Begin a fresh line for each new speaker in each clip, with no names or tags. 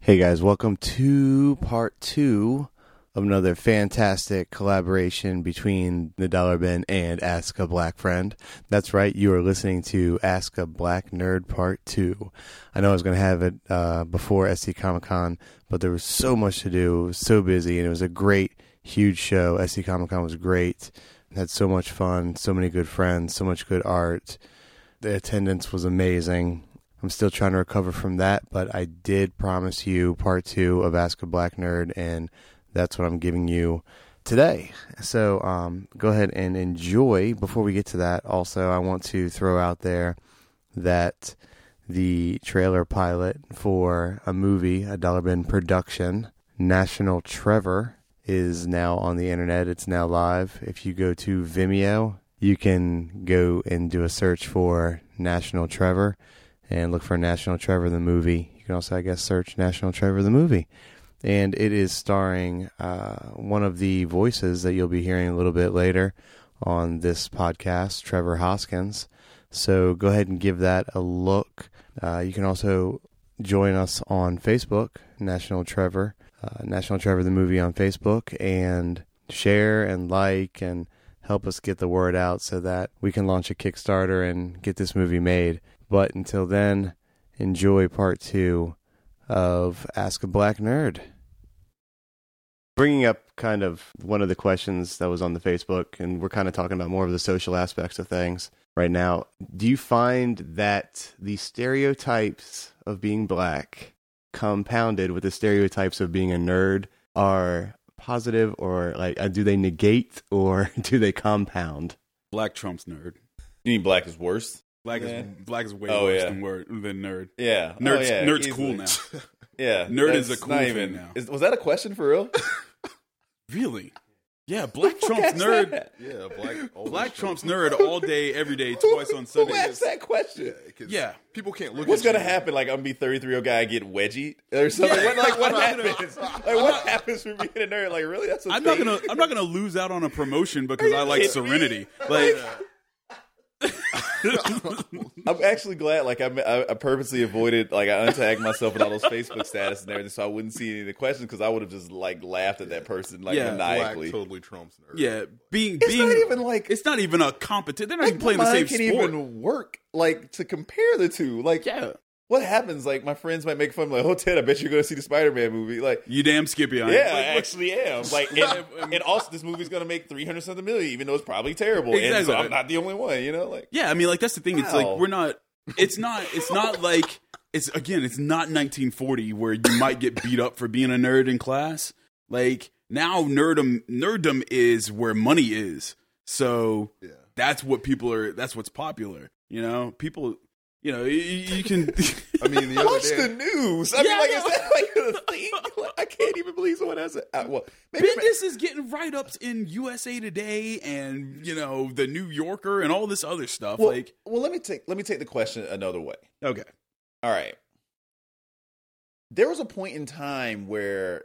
Hey guys, welcome to part two of another fantastic collaboration between the Dollar Bin and Ask a Black Friend. That's right, you are listening to Ask a Black Nerd Part Two. I know I was going to have it uh, before SC Comic Con, but there was so much to do, it was so busy, and it was a great, huge show. SC Comic Con was great. Had so much fun, so many good friends, so much good art. The attendance was amazing. I'm still trying to recover from that, but I did promise you part two of Ask a Black Nerd, and that's what I'm giving you today. So um, go ahead and enjoy. Before we get to that, also, I want to throw out there that the trailer pilot for a movie, a Dollar Bin production, National Trevor, is now on the internet. It's now live. If you go to Vimeo, you can go and do a search for National Trevor and look for National Trevor the movie. You can also, I guess, search National Trevor the movie. And it is starring uh, one of the voices that you'll be hearing a little bit later on this podcast, Trevor Hoskins. So go ahead and give that a look. Uh, you can also join us on Facebook, National Trevor, uh, National Trevor the movie on Facebook, and share and like and help us get the word out so that we can launch a Kickstarter and get this movie made. But until then, enjoy part two of Ask a Black Nerd. Bringing up kind of one of the questions that was on the Facebook, and we're kind of talking about more of the social aspects of things right now. Do you find that the stereotypes of being black compounded with the stereotypes of being a nerd are positive or like uh, do they negate or do they compound?
Black Trump's nerd.
You mean black is worse?
Black
Yeah.
is black is way
Oh,
worse
yeah.
than word than nerd.
Yeah. Oh,
Nerd's
yeah,
nerd's
easily.
cool now.
Yeah.
Nerd is
that's
a cool
not
thing now.
Is, was that a question for real?
Really? Yeah, Black Trump's nerd.
nerd.
Yeah, black. always
Black
true.
Trump's nerd all day, every day, twice on
Who
Sundays.
asked that question?
'Cause
Yeah.
people can't look.
What's
at
gonna
you.
happen? Like I'm gonna be 33 year old guy, I get wedgie or something. What, like what happens? Like what happens for being a nerd? Like really? That's a
I'm not
thing?
gonna I'm not gonna lose out on a promotion because I like
kidding me?
Serenity. Like
I'm actually glad. Like I, I, I purposely avoided. Like I untagged myself in all those Facebook statuses and everything, so I wouldn't see any of the questions because I would have just like laughed at that person like
Yeah.
Black
maniacally.
totally Trump's nerd.
yeah, being
It's
being
not even like
it's not even a competition. They're not even playing the
mine
same
can
sport.
even work like to compare the two. Like
yeah.
what happens? Like my friends might make fun of me, like, oh Ted, I bet you're gonna see the Spider Man movie. Like
You damn Skippy on
yeah, I
it.
actually am. Like and, and also this movie's gonna make three hundred something million, even though it's probably terrible. And so
Exactly.
I'm not the only one, you know? Like
Yeah, I mean, like that's the thing. It's
Wow.
like we're not. It's not. It's not like it's again. It's not 1940 where you might get beat up for being a nerd in class. Like now, nerdum nerddom is where money is. So
Yeah.
that's what people are. That's what's popular. You know, people. You know, you, you can.
I mean, the other
Watch
day,
the news. I
Yeah,
mean, like,
I
is
know.
that like a thing? Like, I can't even believe someone has it. I- Well, maybe
Business is getting write ups in USA Today and you know the New Yorker and all this other stuff.
well,
like,
well, let me take let me take the question another way.
okay,
All right. There was a point in time where,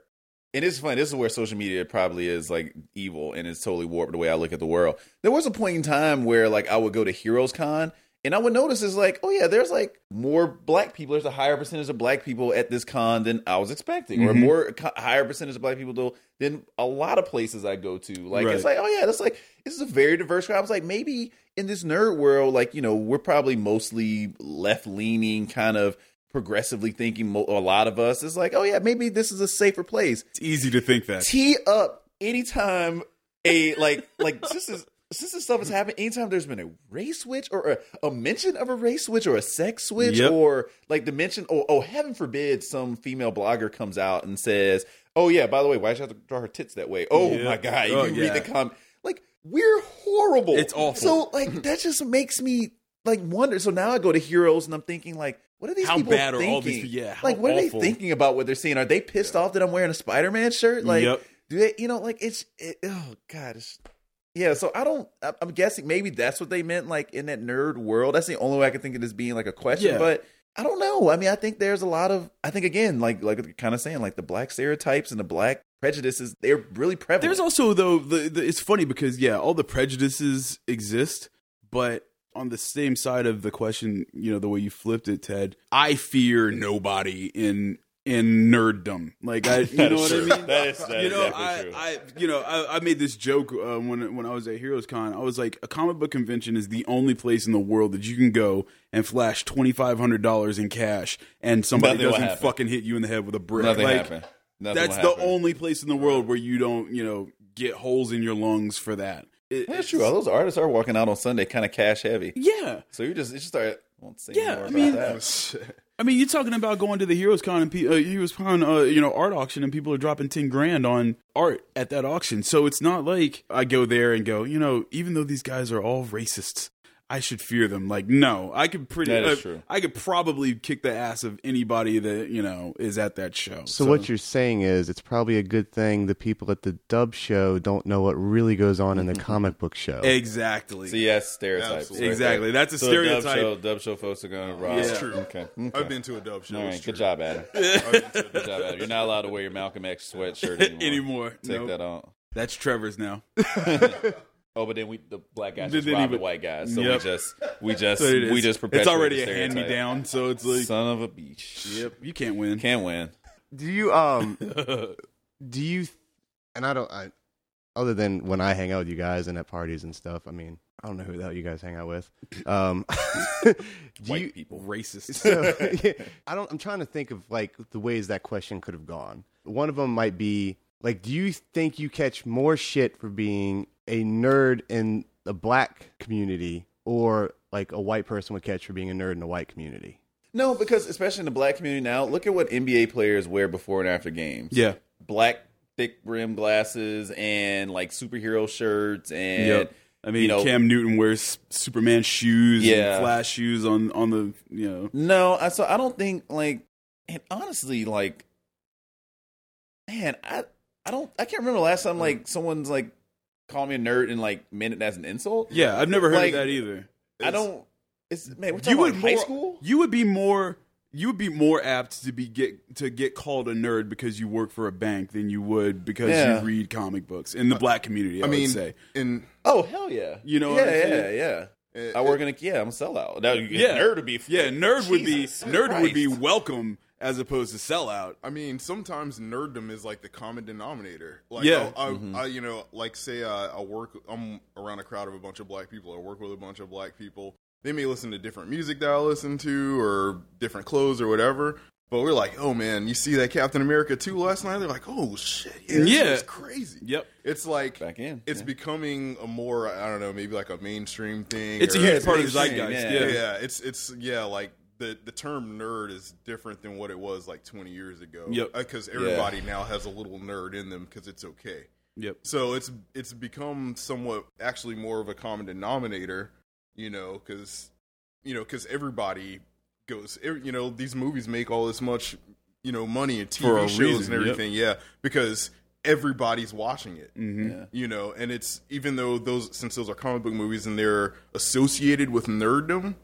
and it's funny, this is where social media probably is like evil and it's totally warped the way I look at the world. There was a point in time where like I would go to Heroes Con and I would notice is like, oh yeah, there's like more black people. There's a higher percentage of black people at this con than I was expecting, or
Mhm.
more co- higher percentage of black people though than a lot of places I go to. Like it's
Right.
like, oh yeah, that's like this is a very diverse crowd. I was like, maybe in this nerd world, like you know, we're probably mostly left leaning kind of progressively thinking mo- a lot of us is like, oh yeah, maybe this is a safer place.
it's easy to think that.
Tee up anytime a like like since this since this stuff has happened, anytime there's been a race switch or a, a mention of a race switch or a sex switch
Yep.
or like the mention oh oh heaven forbid some female blogger comes out and says, Oh yeah, by the way, why should I have to draw her tits that way? Oh
Yeah.
my god, you
Oh,
read
yeah.
the comment like we're horrible.
It's awful.
So like that just makes me like wonder. So now I go to heroes and I'm thinking like, what are these
How
people
bad are
thinking?
all these people- yeah, how
like what are
awful.
they thinking about what they're seeing? Are they pissed off that I'm wearing a Spider Man shirt? Like
Yep.
do they? You know, like it's it, oh god, it's, yeah. So I don't. I- I'm guessing maybe that's what they meant. Like in that nerd world, that's the only way I can think of this being like a question.
Yeah.
But I don't know. I mean, I think there's a lot of. I think again, like like you're kind of saying, like the black stereotypes and the black prejudices, they're really prevalent.
There's also though the, the it's funny because yeah, all the prejudices exist, but on the same side of the question, you know, the way you flipped it, Ted, I fear nobody in in nerddom. Like I, you know what I mean?
That is, that
you
is
know,
definitely
I,
true.
I, you know, I, I made this joke uh, when when I was at Heroes Con. I was like, a comic book convention is the only place in the world that you can go and flash twenty five hundred dollars in cash, and somebody
Nothing will
doesn't
happen.
fucking hit you in the head with a brick.
Nothing
like,
happened. Nothing
That's
will
the
happen.
only place in the world where you don't, you know, get holes in your lungs for that. It-
That's
it's-
true. All those artists are walking out on Sunday, kind of cash heavy.
Yeah,
So you just, you just start. Won't say
Yeah,
more
I
about
mean-
that.
I mean, you're talking about going to the Heroes Con and pe- uh, Heroes Con, uh, you know, art auction, and people are dropping ten grand on art at that auction. So it's not like I go there and go, you know, even though these guys are all racists, I should fear them. Like, no, I could pretty,
That is
uh,
true.
I could probably kick the ass of anybody that you know is at that show.
So, what you're saying is it's probably a good thing the people at the dub show don't know what really goes on in
Mm-hmm.
the comic book show.
exactly,
See, that's stereotypes.
Absolutely.
exactly. That's a
So
stereotype.
Dub show, dub show folks are going to rob.
It's
true.
Okay. okay.
I've been to a dub show.
All
it's
right.
true.
Good job, Adam.
I've been to a dub
Good job, Adam. You're not allowed to wear your Malcolm X sweatshirt anymore.
anymore.
Take
Nope.
that off.
That's Trevor's now.
Oh, but then we the black guys
Then
just robbed
he-
the white guys, so
Yep.
we just we just
So it is.
we just
it's
perpetuated
already a
the
hand
stereotype.
me down. So it's like,
Son of a bitch.
yep, you can't win.
Can't win.
Do you um do you and I don't I other than when I hang out with you guys and at parties and stuff, I mean, I don't know who the hell you guys hang out with. Um do
White
you
people.
Racist.
so yeah, I don't I'm trying to think of like the ways that question could have gone. One of them might be like do you think you catch more shit for being a nerd in the black community or like a white person would catch for being a nerd in the white community?
No, because especially in the black community now, look at what NBA players wear before and after games.
yeah.
Black thick rim glasses and like superhero shirts and
Yep. I mean,
you know-
Cam Newton wears Superman shoes
Yeah.
and flash shoes on on the you know.
No, I so I don't think like and honestly like man, I I don't I can't remember the last time like someone's like called me a nerd and like meant it as an insult.
Yeah, I've never heard
Like,
of that either.
I don't it's man, we're talking about high
more,
school?
You would be more you would be more apt to be get to get called a nerd because you work for a bank than you would because
Yeah.
you read comic books in the black community. I,
I mean,
would say
in
Oh hell yeah!
You know
yeah,
what I'm
yeah,
saying?
yeah.
uh,
I work in a yeah. I'm a sellout. Now,
Yeah.
nerd would be
yeah, nerd would be
Jesus
nerd would be
Christ.
welcome as opposed to sellout.
I mean, sometimes nerddom is like the common denominator. Like,
Yeah.
I, I,
Mm-hmm.
I, you know, like say I, I work, I'm around a crowd of a bunch of black people, or work with a bunch of black people. They may listen to different music that I listen to, or different clothes, or whatever. But we're like, oh man, you see that Captain America two last night? They're like, oh shit, yeah,
Yeah.
it's crazy.
Yep.
It's like
back in.
it's becoming a more, I don't know, maybe like a mainstream thing.
It's a
or-
huge part of the
mainstream,
zeitgeist.
yeah.
Yeah.
yeah, it's it's yeah, like the the term nerd is different than what it was like 20 years ago.
Yep.
Because everybody now has a little nerd in them because it's okay.
Yep.
So it's it's become somewhat actually more of a common denominator, you know, because you know because everybody goes, every- you know, these movies make all this much, you know, money and TV
For a
shows
reason,
and
yep.
everything, yeah, because everybody's watching it
Mhm.
you know and it's even though those since those are comic book movies and they're associated with nerddom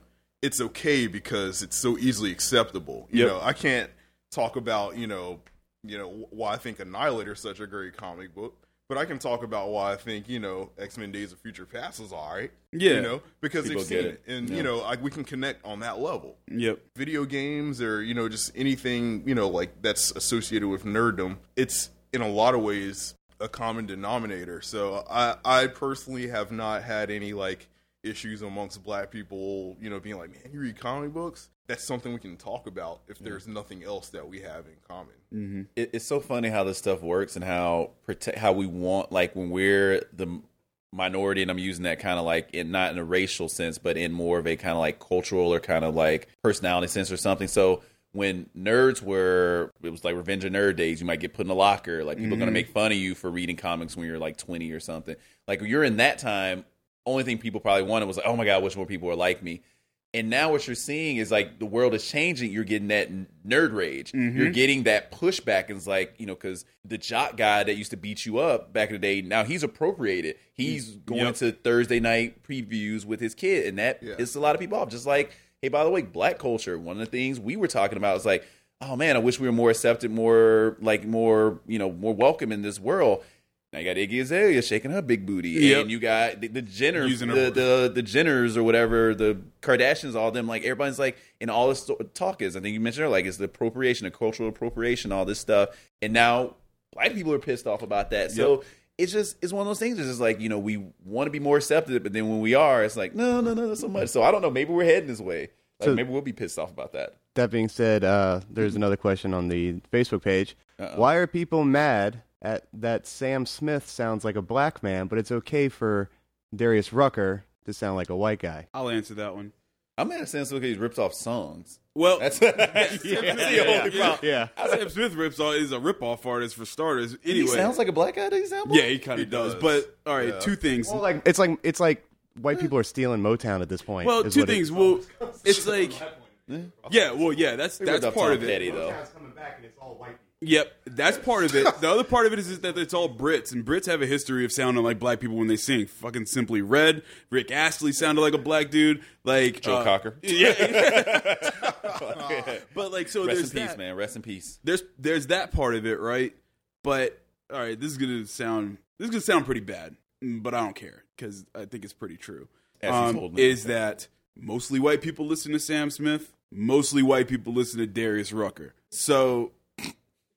it's okay because it's so easily acceptable you
Yep.
know i can't talk about you know you know wh- why i think annihilator is such a great comic book but i can talk about why i think you know x-men days of future past is all right
Yeah.
you know because
People
they've seen
get
it,
it.
and
Yeah.
you know like we can connect on that level
Yep.
video games or you know just anything you know like that's associated with nerddom it's in a lot of ways a common denominator so i i personally have not had any like issues amongst black people you know being like man you read comic books that's something we can talk about if there's nothing else that we have in common
Mm-hmm.
It, it's so funny how this stuff works and how protect how we want like when we're the minority and I'm using that kind of like in not in a racial sense but in more of a kind of like cultural or kind of like personality sense or something. So when nerds were it was like revenge of nerd days you might get put in a locker like people are going to make fun of you for reading comics when you're like 20 or something like when you're in that time only thing people probably wanted was like oh my god i wish more people were like me and now what you're seeing is like the world is changing. You're getting that n- nerd rage. You're
Mm-hmm.
getting that pushback. And it's like, you know, because the jock guy that used to beat you up back in the day, now he's appropriated. He's going
Mm, Yep.
to Thursday night previews with his kid. And that
Yeah.
pissed a lot of people off. Just like, hey, by the way, black culture, one of the things we were talking about is like, oh man, I wish we were more accepted, more like more, you know, more welcome in this world. Now you got Iggy Azalea shaking her big booty,
Yep.
and you got the, the Jenner,
Using her
the,
words.
the the Jenners or whatever, the Kardashians, all them. Like everybody's like, and all this sto- talk is. I think you mentioned earlier, like it's the appropriation, the cultural appropriation, all this stuff, and now black people are pissed off about that. So. It's just it's one of those things. It's just like you know we want to be more accepted, but then when we are, it's like no, no, no, not so much. So I don't know. Maybe we're heading this way. Like
So-
maybe we'll be pissed off about that.
That being said, uh, there's another question on the Facebook page.
Uh-oh.
Why are people mad at that Sam Smith sounds like a black man, but it's okay for Darius Rucker to sound like a white guy?
I'll answer that one.
I'm in a sense because he rips off songs.
Well,
That's, that's the only problem.
Yeah.
Sam Smith rips all is a ripoff artist for starters. Anyway,
He sounds like a black guy to example.
yeah, he kind
He
of does.
does.
But all right,
Yeah.
two things.
Well, like it's like it's like white people are stealing Motown at this point.
Well,
is
two
what it-
things. Well, it's like, yeah, well, yeah, that's
ripped
that's
off
part
Tom
of it.
Petty, though.
Yep, that's part of it. The other part of it is, is that it's all Brits, and Brits have a history of sounding like black people when they sing. Fucking Simply Red, Rick Astley sounded like a black dude, like
Joe
uh,
Cocker.
Yeah, but like so
Rest in
there's
peace,
that.
man. Rest in peace.
There's there's that part of it, right? But all right, this is gonna sound this is gonna sound pretty bad, mm, but I don't care because I think it's pretty true.
As he's
Um,
holding it.
is that mostly white people listen to Sam Smith? Mostly white people listen to Darius Rucker. So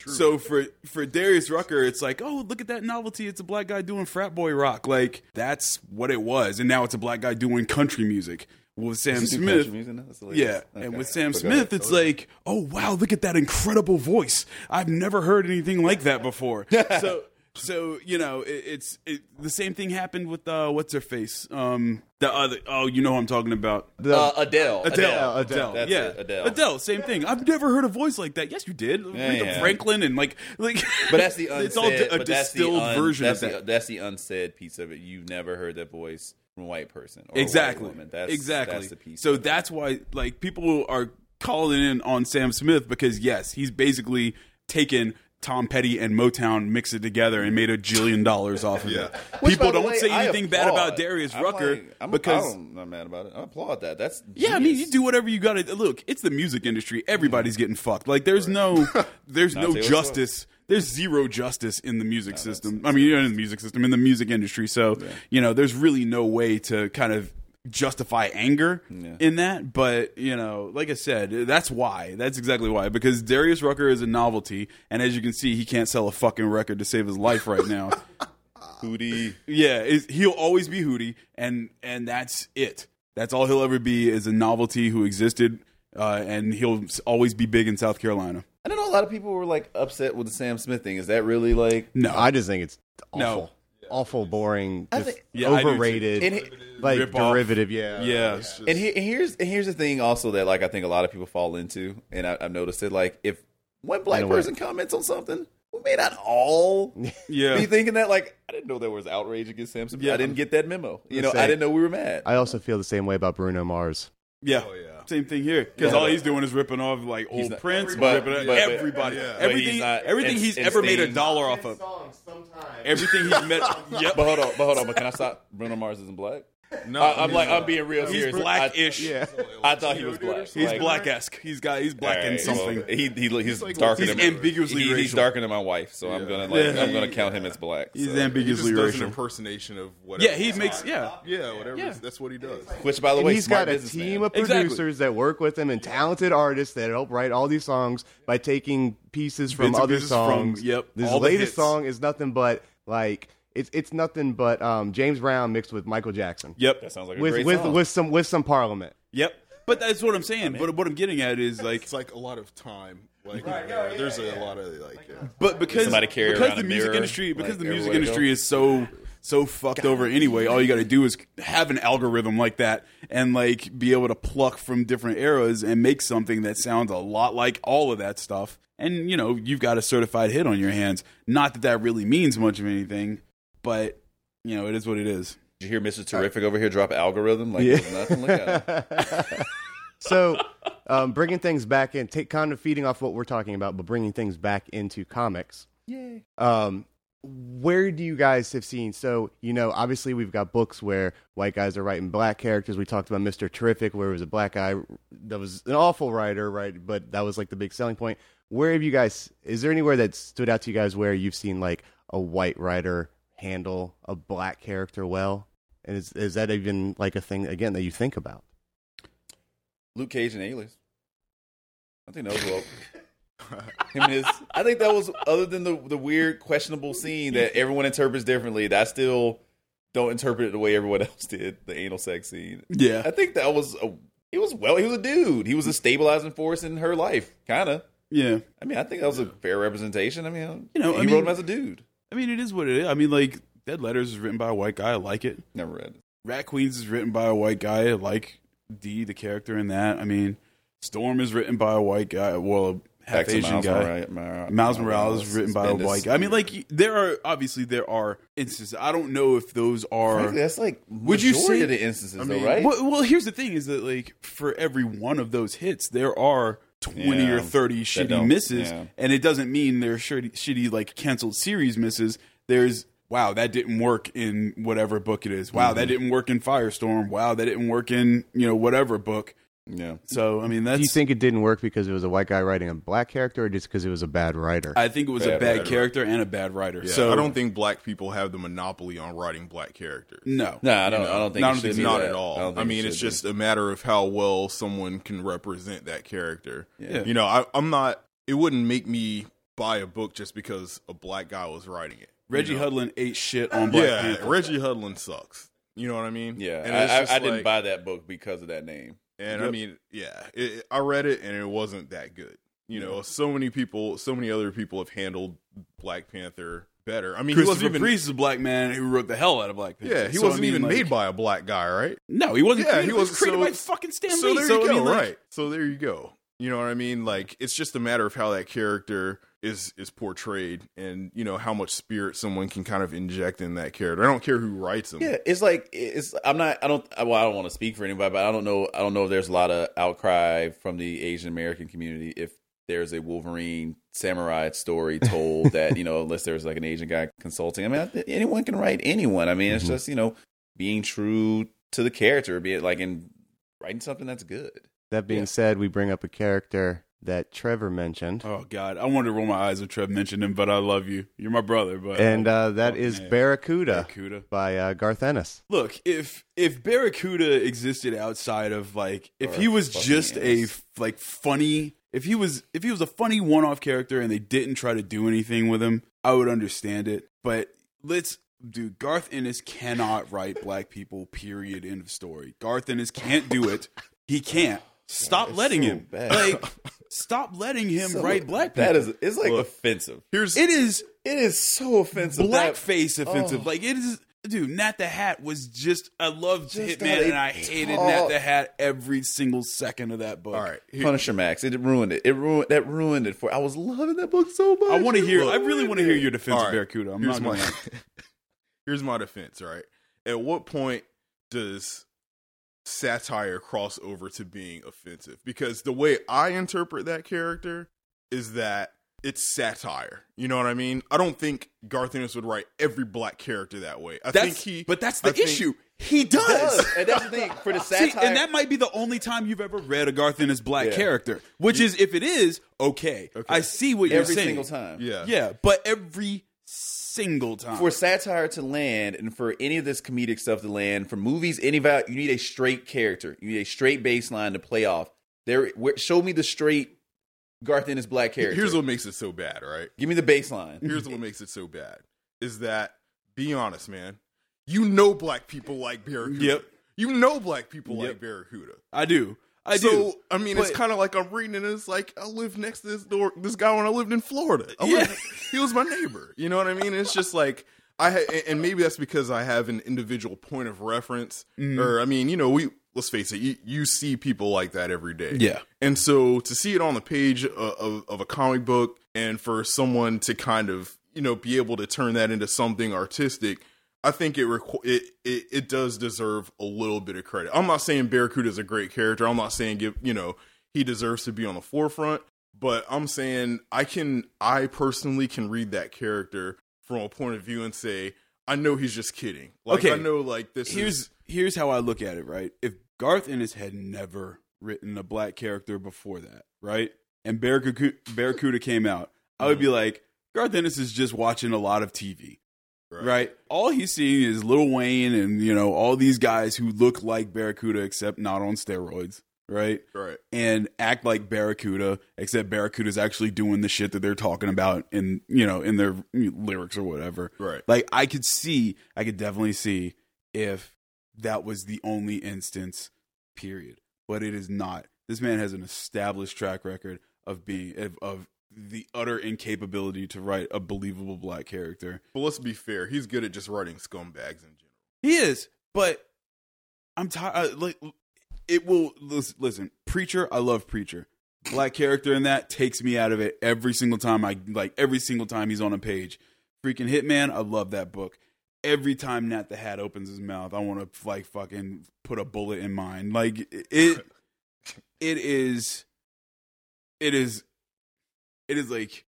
so for for Darius Rucker, it's like, oh, look at that novelty! It's a black guy doing frat boy rock. Like that's what it was, and now it's a black guy doing country music. With Sam
Do
Smith,
country music now? That's the
yeah,
latest.
and
Okay.
with Sam
Forgot
Smith,
it.
it's like, oh wow, look at that incredible voice! I've never heard anything like that before. so, so you know, it, it's it, the same thing happened with uh, what's her face, um, the other. Oh, you know who I'm talking about.
The-
Uh, Adele.
Adele,
Adele,
Adele,
That's
yeah,
it, Adele.
same thing. I've never heard a voice like that. Yes, you did, Aretha
yeah.
Franklin, and like, like.
But that's the unsaid.
It's all di- a
but that's the
distilled
un-
version
that's
of
the,
that.
That's the unsaid piece of it. You've never heard that voice from a white person. Or a white
exactly.
woman. That's,
exactly.
That's the piece.
So that's why like people are calling in on Sam Smith because yes, he's basically taken Tom Petty and Motown, mixed it together, and made a jillion dollars off of it.
Yeah.
Which,
people
by the
don't
way,
say
I
anything bad
applaud.
about Darius
I'm
Rucker
like, I'm,
because
I don't, I'm not mad about it. I applaud that. That's
yeah, I mean, you
genius.
do whatever you got to look. It's the music industry; everybody's getting fucked. Like, there's no, there's no
Taylor
justice. There's zero justice in the music system. I mean, you know, in the music system, in the music industry. So, you know, there's really no way to kind of justify anger in that. But you know, like I said, that's why. That's exactly why. Because Darius Rucker is a novelty, and as you can see, he can't sell a fucking record to save his life right now.
Hootie.
Yeah, is he'll always be Hootie, and and that's it. That's all he'll ever be is a novelty who existed, uh, and he'll s- always be big in South Carolina.
I don't know. A lot of people were like upset with the Sam Smith thing. Is that really like?
No,
I just think it's awful,
No.
awful, boring,
I
just
think-
Yeah, I do too.
overrated,
And it-
like
Rip off.
derivative. Yeah,
yeah,
and, he, and here's and here's the thing also that like I think a lot of people fall into, and I, I've noticed it. Like if one black
In a way.
person comments on something, we may not all
yeah.
be thinking that. Like I didn't know there was outrage against Samson.
Yeah.
I didn't get that memo. You know,
That's
I
it.
didn't know we were mad.
I also feel the same way about Bruno Mars.
yeah,
Oh, yeah.
Same thing here because
Yeah.
all he's doing is ripping off like old
not-
Prince,
but-
ripping off
but- but-
everybody,
yeah. But
everything,
he's not-
everything
it's-
he's
it's
ever made a
Sting.
dollar off of, everything he's met. yep.
But hold on, but hold on. But can I stop? Bruno Mars isn't black.
No,
I, I'm like I'm being real serious. I-
black-ish.
Yeah,
I, thought he was black.
He's
Like,
black esque. He's got he's black
all
in
right, well,
something.
he, he look- he's,
like-
darker
he's
than
ambiguously
he- He's
racial.
darker than my wife, so I'm gonna like
Yeah.
I'm gonna count him as black.
he's
so.
He just
ambiguously
does an
racial.
impersonation of whatever.
Yeah, he makes yeah.
Yeah, whatever.
Yeah.
That's what he does.
Which, by the
and
way,
he's
smart
got a
businessman.
team of
Exactly.
producers that work with him and talented artists that help write all these songs by taking pieces from
Bits and
other
pieces from-
songs.
yep,
This
all the
latest
hits.
song is nothing but like it's it's nothing but um, James Brown mixed with Michael Jackson.
Yep.
That sounds like a
With
great
with,
song.
with some with some Parliament.
Yep. But that's what I'm saying. But what I'm getting at is like,
It's like a lot of time. Like uh, there's a lot of like. uh, Yeah.
but because
Somebody carry
because
around
the
a
music
mirror,
industry because
like,
the music
everywhere they
industry
go.
is so so fucked over anyway. All you got to do is have an algorithm like that and like be able to pluck from different eras and make something that sounds a lot like all of that stuff. And you know you've got a certified hit on your hands. Not that that really means much of anything, but you know it is what it is.
Did you hear Mr. Terrific over here drop algorithm? Like, there's nothing. Look at him.
So, um, bringing things back in, take kind of feeding off what we're talking about, but bringing things back into comics.
Yay.
Um, where do you guys have seen? So, you know, obviously we've got books where white guys are writing black characters. We talked about Mister Terrific, where it was a black guy that was an awful writer, right? But that was like the big selling point. Where have you guys? Is there anywhere that stood out to you guys where you've seen like a white writer handle a black character well? And is is that even like a thing again that you think about?
Luke Cage and Alias. I think that was well. Him and his, I think that was other than the the weird questionable scene that everyone interprets differently. That I still don't interpret it the way everyone else did. The anal sex scene. I
Yeah.
think that was a, he was well. He was a dude. He was a stabilizing force in her life, kind of.
Yeah.
I mean, I think that was a fair representation. I mean,
You know,
he
I
wrote
mean-
him as a dude.
I mean, it is what it is. I mean, like, Dead Letters is written by a white guy. I like it.
Never read it.
Rat Queens is written by a white guy. I like D, the character in that. I mean, Storm is written by a white guy. Well, a half
Back to
Asian
Miles
guy.
Morales, Mor-
Miles Morales is written by a
Bendis.
white guy. I mean, like, there are obviously there are instances. I don't know if those are.
Frankly, that's like
Would you
majority
say-
of the instances,
I mean,
though, right?
Well, well, here's the thing: is that like for every one of those hits, there are twenty or
Yeah,
thirty shitty
don't-
misses,
yeah.
and it doesn't mean they're shitty, shitty like canceled series misses. There's wow, that didn't work in whatever book it is. Wow, that
Mm-hmm.
didn't work in Firestorm. Wow, that didn't work in you know whatever book.
Yeah.
So I mean,
Do
that's
you think it didn't work because it was a white guy writing a black character, or just because it was a bad writer?
I think it was a
Bad
bad
writer.
character and a bad writer.
Yeah,
so
I don't think black people have the monopoly on writing black characters.
no.
No, I don't. I don't think.
No,
it
I don't
should
think
be
Not
that.
at
I don't
all. I,
think it
mean,
should
it's
be.
just a matter of how well someone can represent that character.
Yeah.
You know, I, I'm not. It wouldn't make me buy a book just because a black guy was writing it. you
Reggie
know?
Hudlin ate shit on Black
yeah,
Panther.
Reggie Hudlin sucks. You know what I mean?
Yeah,
and
I,
it's
I,
just
I didn't
like-
buy that book because of that name.
And I
Yep.
mean, yeah, it, I read it and it wasn't that good. You know, so many people, so many other people have handled Black Panther better. I mean, he wasn't
Christopher
even.
Priest is a black man who wrote the hell out of Black Panther.
yeah, he
So, I
wasn't
mean,
even
like-
made by a black guy, right?
No, he wasn't.
Yeah,
created,
he
he was
wasn't-
created
so-
by fucking Stan
so
Lee.
there
so
you
I
go,
mean, like,
right? So there you go. You know what I mean? Like it's just a matter of how that character is is portrayed, and you know how much spirit someone can kind of inject in that character. I don't care who writes him.
Yeah, it's like it's. I'm not. I don't. Well, I don't want to speak for anybody, but I don't know. I don't know if there's a lot of outcry from the Asian American community if there's a Wolverine samurai story told that you know, unless there's like an Asian guy consulting. I mean, I thi- anyone can write anyone. I mean, it's
Mhm.
just you know being true to the character, be it like in writing something that's good.
that being
yeah.
said, we bring up a character that Trevor mentioned,
Oh God, I wanted to roll my eyes when Trev mentioned him, but I love you. You're my brother, but
and uh, that is
man.
Barracuda
Barracuda.
by uh, Garth Ennis.
Look, if if Barracuda existed outside of like, if
Or
he was
fucking
just a
ass.
like funny, if he was if he was a funny one-off character and they didn't try to do anything with him, I would understand it. But let's. Dude, Garth Ennis cannot write black people. Period. End of story. Garth Ennis can't do it. He can't. Stop
it's
letting
so
him.
bad.
Like, stop letting him
So,
write black people.
That is. It's like
Look.
offensive.
Here's
It is
It is so offensive. That-
blackface offensive.
oh.
Like it is, dude. Nat the Hat was just. I loved
Just how
Hitman,
they
and I hated
talk.
Nat the Hat every single second of that book.
all right. Here,
Punisher Max. It ruined it. It ruined that ruined it for. I was loving that book so much.
I want to
It
hear. I
ruined
really want
it.
to hear your defense
All
of
right,
Barracuda. I'm
here's
not going.
my here's my defense. All right, at what point does satire cross over to being offensive? Because the way I interpret that character is that it's satire. You know what I mean? I don't think Garth Ennis would write every black character that way. I think
That's
he,
but that's
I
the
think-
issue. He
It
does.
does. and that's the thing for the
See,
satire.
and that might be the only time you've ever read a Garth Ennis black
Yeah.
character, which is if it is okay. I see what you're
every
saying.
single time.
yeah,
Yeah, but every single time.
For satire to land, and for any of this comedic stuff to land, for movies, any value, you need a straight character. You need a straight baseline to play off. There, where, show me the straight Garth Ennis black character.
Here's what makes it so bad. All right,
Give me the baseline.
here's what makes it so bad is that be honest, man. You know black people like Barracuda.
Yep.
You know black people like
Yep.
Barracuda.
I do. I
so,
do.
I mean, it's
But-
kind of like I'm reading it. And it's like I lived next to this door, this guy when I lived in Florida. I
Yeah.
lived- he was my neighbor. You know what I mean? It's just like I ha- and- and maybe that's because I have an individual point of reference,
Mm.
or I mean, you know, we let's face it, you, you see people like that every day.
Yeah.
and so to see it on the page of, of, of a comic book, and for someone to kind of you know be able to turn that into something artistic. I think it, requ- it it it does deserve a little bit of credit. I'm not saying Barracuda is a great character. I'm not saying give you know he deserves to be on the forefront, but I'm saying I can I personally can read that character from a point of view and say I know he's just kidding. Like
Okay.
I know like this
here's
is
here's how I look at it, right? If Garth Ennis had never written a black character before that, right? And
Mm-hmm.
Barracuda, Barracuda came out, I would be like, Garth Ennis is just watching a lot of TV. right. All he's seeing is Lil Wayne and you know all these guys who look like Barracuda except not on steroids, right?
Right.
And act like Barracuda except Barracuda's actually doing the shit that they're talking about in you know in their lyrics or whatever.
Right.
Like I could see, I could definitely see if that was the only instance, period. But it is not. This man has an established track record of being of, of the utter incapability to write a believable black character.
But let's be fair. He's good at just writing scumbags in general.
He is, but I'm tired. Like it will lis- listen. Preacher, I love Preacher. Black character in that takes me out of it every single time. I like every single time he's on a page. Freaking Hitman, I love that book. Every time Nat the Hat opens his mouth, I want to like fucking put a bullet in mine. Like it, it is, it is, it is like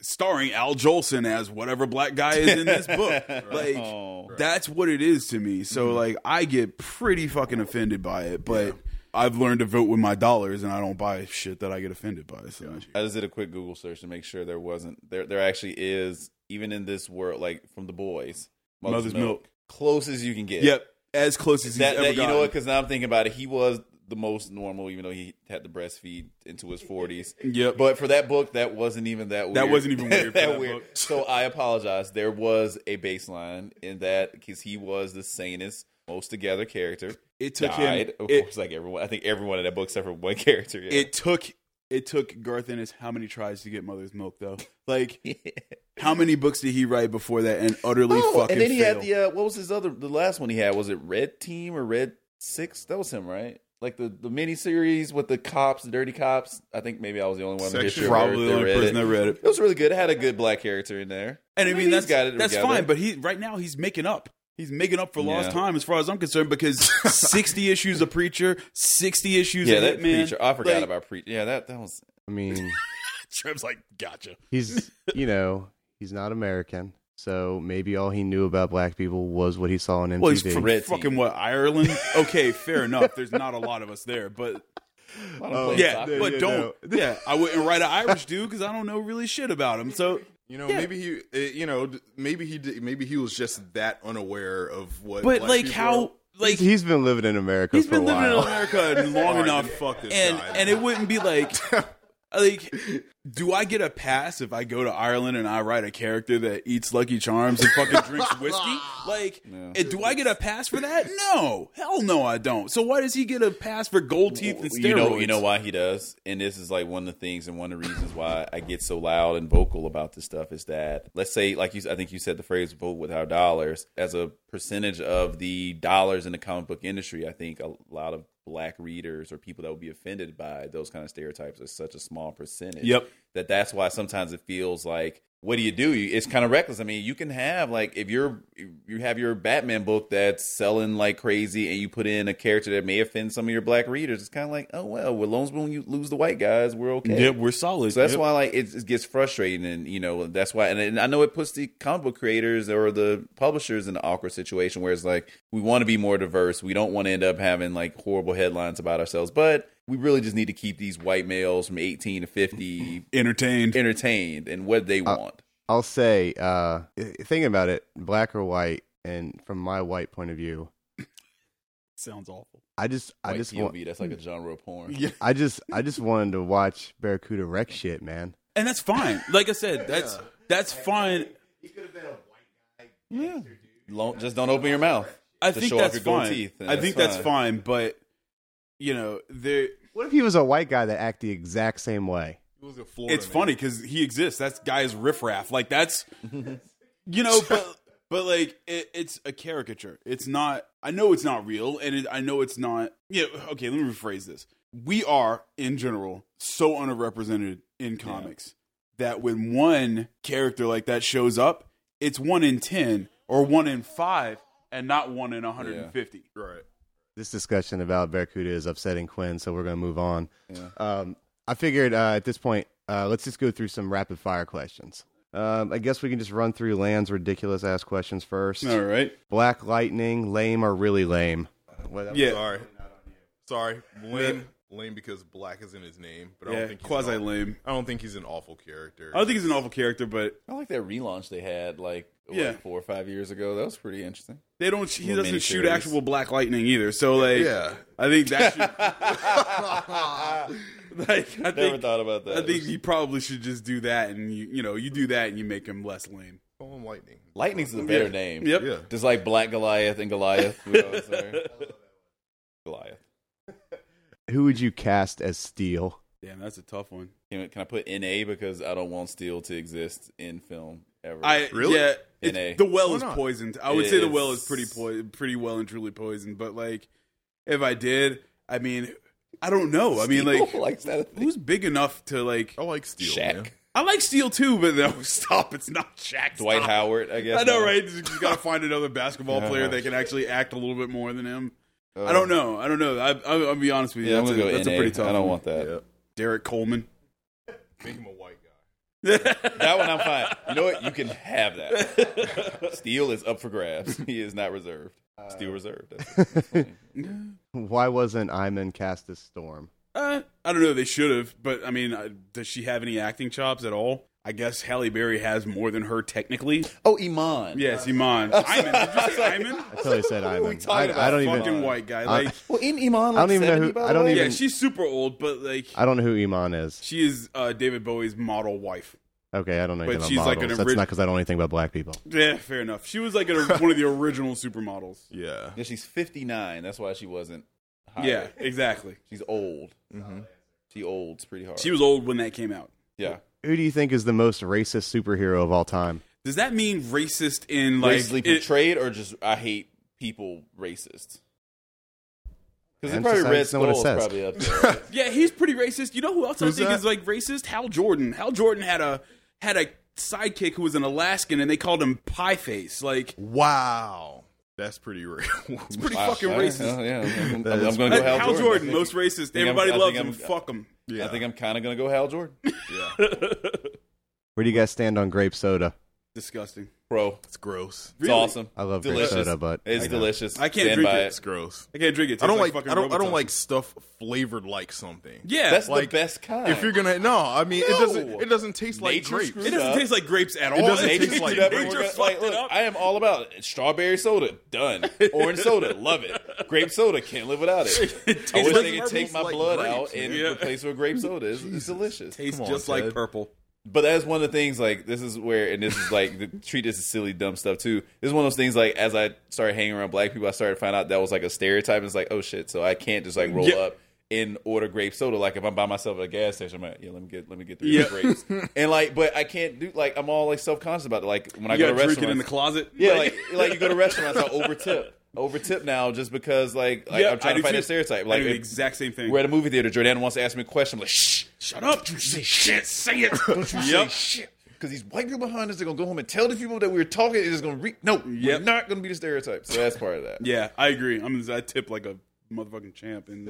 starring Al Jolson as whatever black guy is in this book. Like
Oh.
that's what it is to me. So like I get pretty fucking offended by it, but I've learned to vote with my dollars and I don't buy shit that I get offended by. So
I just did a quick Google search to make sure there wasn't there. There actually is even in this world, like from the boys,
Mother's Milk.
close as you can get.
Yep. As close as he's
that,
ever
that- you know
gotten.
what? Because now I'm thinking about it, he was the most normal, even though he had to breastfeed into his 40s.
Yep.
But for that book, that wasn't even that weird.
That wasn't even weird for that book.
So I apologize. There was a baseline in that because he was the sanest, most together character.
it took
Died,
him
of
it,
course, like everyone. I think everyone in that book except for one character. Yeah.
it took it took Garth Ennis how many tries to get Mother's Milk though? Like how many books did he write before that and utterly
oh,
fucking
and then he
fail?
had the uh, what was his other? The last one he had was it Red Team or Red Six? That was him, right? Like the the miniseries with the cops, the dirty cops. I think maybe I was the only one. in the
Section.
history of
probably the
Earth that
only
read
person
it.
that read it.
It was really good. It had a good black character in there.
And I
Maybe
mean that's
he's got it
that's
together.
fine, but he right now he's making up. He's making up for lost
Yeah.
time as far as I'm concerned because 60 issues of Preacher, 60 issues
yeah,
of
that
Hitman.
preacher. I forgot
Like,
about preacher. Yeah, that that was.
I mean,
Trev's like, gotcha.
he's you know he's not American, so maybe all he knew about black people was what he saw on MTV.
Well, he's from
Red team.
fucking what Ireland? Okay, fair enough. There's not a lot of us there, but
I don't play
Oh, yeah,
soccer.
but
yeah,
don't. Yeah, I wouldn't write an Irish dude because I don't know really shit about him. So
You know,
Yeah.
maybe he, uh, you know, d- maybe he, did, maybe he was just that unaware of what.
but
black
like
people
how like
he's been living in America
he's
for a
been living in
while.
America
are.
long
Alright,
enough,
then Fuck this
and
guy.
and it wouldn't be like like do I get a pass if I go to Ireland and I write a character that eats Lucky Charms and fucking drinks whiskey? Like, eh, do I get a pass for that? No, hell no, I don't. So why does he get a pass for gold teeth and steroids?
You know, you know why he does, and this is like one of the things and one of the reasons why I get so loud and vocal about this stuff is that let's say, like you, I think you said the phrase "vote with our dollars" as a percentage of the dollars in the comic book industry. I think a lot of black readers or people that would be offended by those kind of stereotypes is such a small percentage.
Yep.
That that's why sometimes it feels like. What do you do? You- It's kind of reckless. I mean, you can have like if you're you have your Batman book that's selling like crazy, and you put in a character that may offend some of your black readers. It's kind of like, oh well, with Lone Spoon, you lose the white guys, we're okay.
Yeah, we're solid.
So that's
Yep.
why like it, it gets frustrating, and you know that's why. And, and I know it puts the comic book creators or the publishers in an awkward situation where it's like we want to be more diverse, we don't want to end up having like horrible headlines about ourselves, but we really just need to keep these white males from eighteen to fifty
entertained.
entertained and what they
Uh,
want.
I'll say, uh, thinking about it, black or white, and from my white point of view,
Sounds awful.
I just, I
White
just
POV,
want,
that's like a genre of porn.
Yeah.
I just, I just wanted to watch Barracuda wreck shit, man.
And that's fine. Like I said, that's that's fine.
Lo- just don't open your mouth.
I
To
think
show off
that's
your gold
fine.
teeth, and
I
that's
think that's fine, but you know, there
What if he was a white guy that act the exact same way?
he was in Florida,
it's
man.
funny because he exists. That guy's riffraff. Like that's, you know, but but like it, it's a caricature. It's not. I know it's not real, and it, I know it's not. Yeah. Okay. Let me rephrase this. We are in general so underrepresented in comics that when one character like that shows up, it's one in ten or one in five, and not one in one hundred and fifty.
Right.
This discussion about Barracuda is upsetting Quinn, so we're going to move on. Um, I figured uh, at this point, uh, let's just go through some rapid fire questions. Um, I guess we can just run through Land's ridiculous ass questions first.
All right.
Black Lightning, lame or really lame?
Yeah.
Sorry. Sorry. Lame. Lame because black is in his name, but I don't
Yeah.
think he's an
Quasi
awful-
lame.
I don't think he's an awful character.
I don't think he's an awful character, but
I like that relaunch they had, like
Yeah.
like four or five years ago. That was pretty interesting.
They don't. He
Little
doesn't shoot
miniseries.
actual Black Lightning either. So like,
Yeah.
I think that should,
Never
like I think
thought about that.
I think you probably should just do that, and you you know you do that, and you make him less lame.
Call him lightning.
Lightning's the better
Yeah.
name.
Yep.
Yeah.
Just like Black Goliath and Goliath. We always say. Goliath.
Who would you cast as Steel?
Damn, that's a tough one.
Can, can I put NA because I don't want steel to exist in film ever?
I
Really?
yeah.
In
it- the
a-
well
Why
is
not?
poisoned. I would
It
say the well is
is-
pretty po- pretty well and truly poisoned. But like, if I did, I mean, I don't know. I mean, like,
like that a thing?
who's big enough to like?
I like steel.
Shaq,
man.
I like Steel too, but no, stop. It's not Shaq.
Dwight
stop.
Howard. I guess
I know, right? You got to find another basketball
Yeah.
player that can actually act a little bit more than him.
Uh,
I don't know. I don't know. I, I, I'll be honest with you.
Yeah, I'm
that's
gonna
a,
go
that's
NA.
a pretty tough.
I don't
one.
want that.
Yeah.
Derek Coleman.
Make him a white guy.
That one I'm fine. You know what? You can have that. Steel is up for grabs. He is not reserved. Steel reserved. That's, that's fine.
Why wasn't Iman cast as Storm?
Uh, I don't know. They should have, but I mean, uh, does she have any acting chops at all? I guess Halle Berry has more than her technically.
oh, Iman.
Yes, Iman. Iman. Did you say Iman?
I totally said
we
Iman.
talking
I, I
about?
don't
Fucking
even.
white guy.
I-
Like,
Well, in Iman, like
I don't even know
70,
who-
by the
I don't
way?
even-
yeah, she's super old, but like,
I don't know who Iman is.
she is uh, David Bowie's model wife.
Okay, I don't know
But
anything about
she's like
models.
an
That's
orig-
not because I don't know anything about black people.
Yeah, fair enough. She was like a, one of the original supermodels.
Yeah.
Yeah, she's 59. That's why she wasn't. Hired.
Yeah, exactly.
she's old.
Mm-hmm.
She olds pretty hard.
She was old when that came out.
yeah.
Who do you think is the most racist superhero of all time?
Does that mean racist in like
racistly
it-
portrayed, or just I hate people racist. Because
Man,
it's probably
society
Red
doesn't know
Skull
what it
is
says.
probably up there.
Yeah, he's pretty racist. You know who else
Who's
I think
that?
is like racist? Hal Jordan. Hal Jordan had a had a sidekick who was an Alaskan, and they called him Pie Face. Like,
Wow. That's pretty real. It's
pretty
Wow.
fucking
Yeah,
racist.
yeah, yeah. I'm,
That is
I'm- I'm gonna
Hal,
go Hal,
Jordan,
I think-
most racist.
think I'm-
Everybody
I
loves
think
him.
I'm-
Fuck him.
yeah.
I think I'm kind of gonna go Hal Jordan,
yeah.
Where do you guys stand on grape soda?
Disgusting.
bro.
It's gross.
It's
Really?
awesome.
I love
delicious.
grape soda, but
It's
I know.
delicious.
I can't
Stand
drink
by
it.
It's gross.
I can't drink it.
I don't
Tastes
like, I don't I
Robitussin.
don't like stuff flavored like something.
Yeah,
That's
Like,
the best kind.
If you're gonna no, I mean it
No.
doesn't it doesn't taste like
Nature
grapes.
screwed
it doesn't
up.
taste like grapes at all.
doesn't
It
taste
tastes
like
like
grapes.
nature
We're gonna-
fucked
like,
it
look,
up.
I am all about it. Strawberry soda, done. Orange soda, love it. Grape soda, can't live without it. I wish
like
they could
purple.
take my
Like
blood
grapes,
out and
man.
replace it with grape soda. It's, it's delicious.
Tastes
Come on,
just like
Ted.
purple.
But that's one of the things. Like this is where, and this is like the, treat this as silly, dumb stuff too. This is one of those things. Like as I started hanging around black people, I started to find out that was like a stereotype. And it's like, oh shit! So I can't just like roll
Yeah.
up and order grape soda. Like if I'm by myself at a gas station, I'm like, yeah, let me get let me get three
Yeah.
grapes. and like, but I can't do like I'm all like self conscious about it. Like when I
You
go to
gotta drink
restaurants,
it in the closet.
yeah, like like you go to restaurants, I overtip, overtip now just because like, like
Yeah,
I'm
I
trying
do
to fight
too.
that stereotype.
I
Like
do the
if
exact same thing.
we're at a movie theater, Jordan wants to ask me a question. I'm like, shh,
Shut up! You say shit. Say it. yep.
shit. Because these white people behind us, they're gonna go home and tell the people that we were talking. It is gonna re- no,
Yep.
we're not gonna be the stereotype. So that's part of that.
Yeah, I agree. I'm I tip like a motherfucking champ. And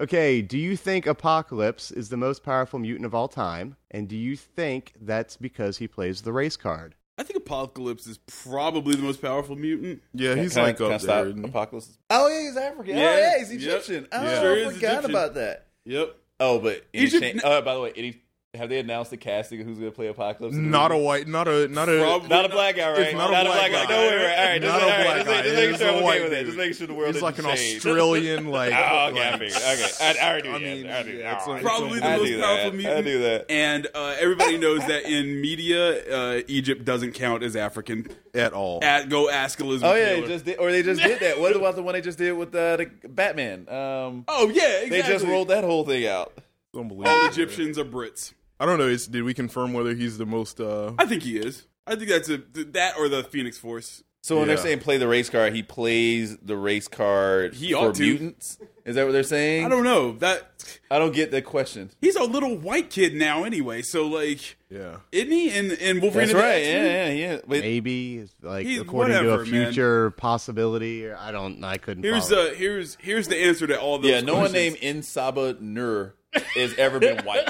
Okay, do you think Apocalypse is the most powerful mutant of all time? And do you think that's because he plays the race card?
I think Apocalypse is probably the most powerful mutant.
Yeah, he's
Can I-
like
can I
up
stop
there. isn't he?
Apocalypse. Oh yeah, he's African.
Yeah.
Oh yeah, he's
Yep.
Egyptian. Oh,
Yeah.
I
Sure is
forgot
Egyptian.
about that.
Yep.
Oh, but any
Egypt-
chan- uh, by the way, any have they announced the casting of who's gonna play Apocalypse? in the
Not a
movie?
white, not a, not a.
Probably
Not a black guy, right?
It's not a black guy.
Don't worry, right? all right, just,
Not a
all right,
black
just,
guy.
just making
It's
sure
a
I'm okay
white
with it.
dude.
Just making sure the world
He's like an
didn't change.
Australian, like.
Ah,
Oh, okay, I
like-
figured. Okay, I, I already knew
I
the
mean,
answer. I already knew the
yeah, it's
answer.
like-
Probably the
I
most
knew
powerful
that.
mutant.
I knew that.
And uh, everybody knows that in media, uh, Egypt doesn't count as African.
at all.
At go ask Elizabeth.
Oh yeah,
Taylor.
they just did, or they just did that. What about the one they just did with uh, the Batman? Um,
oh yeah, exactly.
They just rolled that whole thing out.
It's unbelievable.
All Egyptians are Brits.
I don't know. Is, did we confirm whether he's the most? uh
I think he is. I think that's a th- that or the Phoenix Force.
So when
Yeah.
they're saying play the race card, he plays the race card
He
for
ought to.
mutants. Is that what they're saying?
I don't know that
I don't get the question.
he's a little white kid now anyway. So like,
Yeah.
isn't he in in Wolverine? and
That's
the
right.
X-Men?
Yeah, yeah, yeah. But
Maybe, it's like
He's-
according to
whatever,
a
man.
future possibility. Or I don't. I couldn't.
Here's
follow.
uh here's here's the answer to all those.
yeah, no one
questions.
named Insaba Nur has ever been white.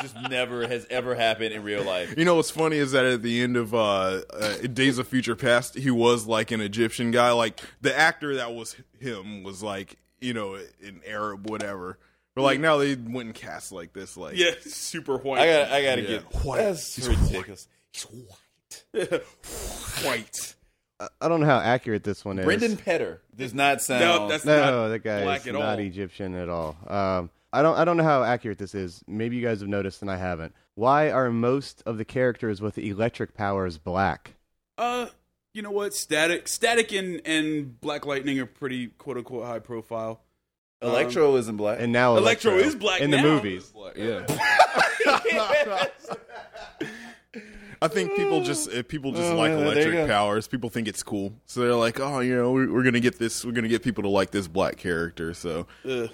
just never has ever happened in real life.
You know what's funny is that at the end of uh, uh, Days of Future Past, he was like an Egyptian guy. Like the actor that was him was like you know an Arab, whatever. But like now they wouldn't cast like this. Like
Yeah, super white.
I got. I got to
Yeah.
get
White.
That's
He's
ridiculous. He's white. White.
I- I don't know how accurate this one is.
Brendan Petter does not sound.
No, that's
no,
not
no, that guy
black
is
at
not
all.
Egyptian at all. Um, I don't, I don't know how accurate this is. Maybe you guys have noticed and I haven't. Why are most of the characters with electric powers black?
Uh, you know what? Static, Static, and and Black Lightning are pretty quote unquote high profile. um,
Electro isn't black.
And
Oh,
now
Electro is black
in
now.
the movies.
Yeah. I think people just if people just
Oh,
like
yeah, there you go.
electric powers. People think it's cool, so they're like, "Oh, you know, we're, we're gonna get this. We're gonna get people to like this black character." So
Ugh.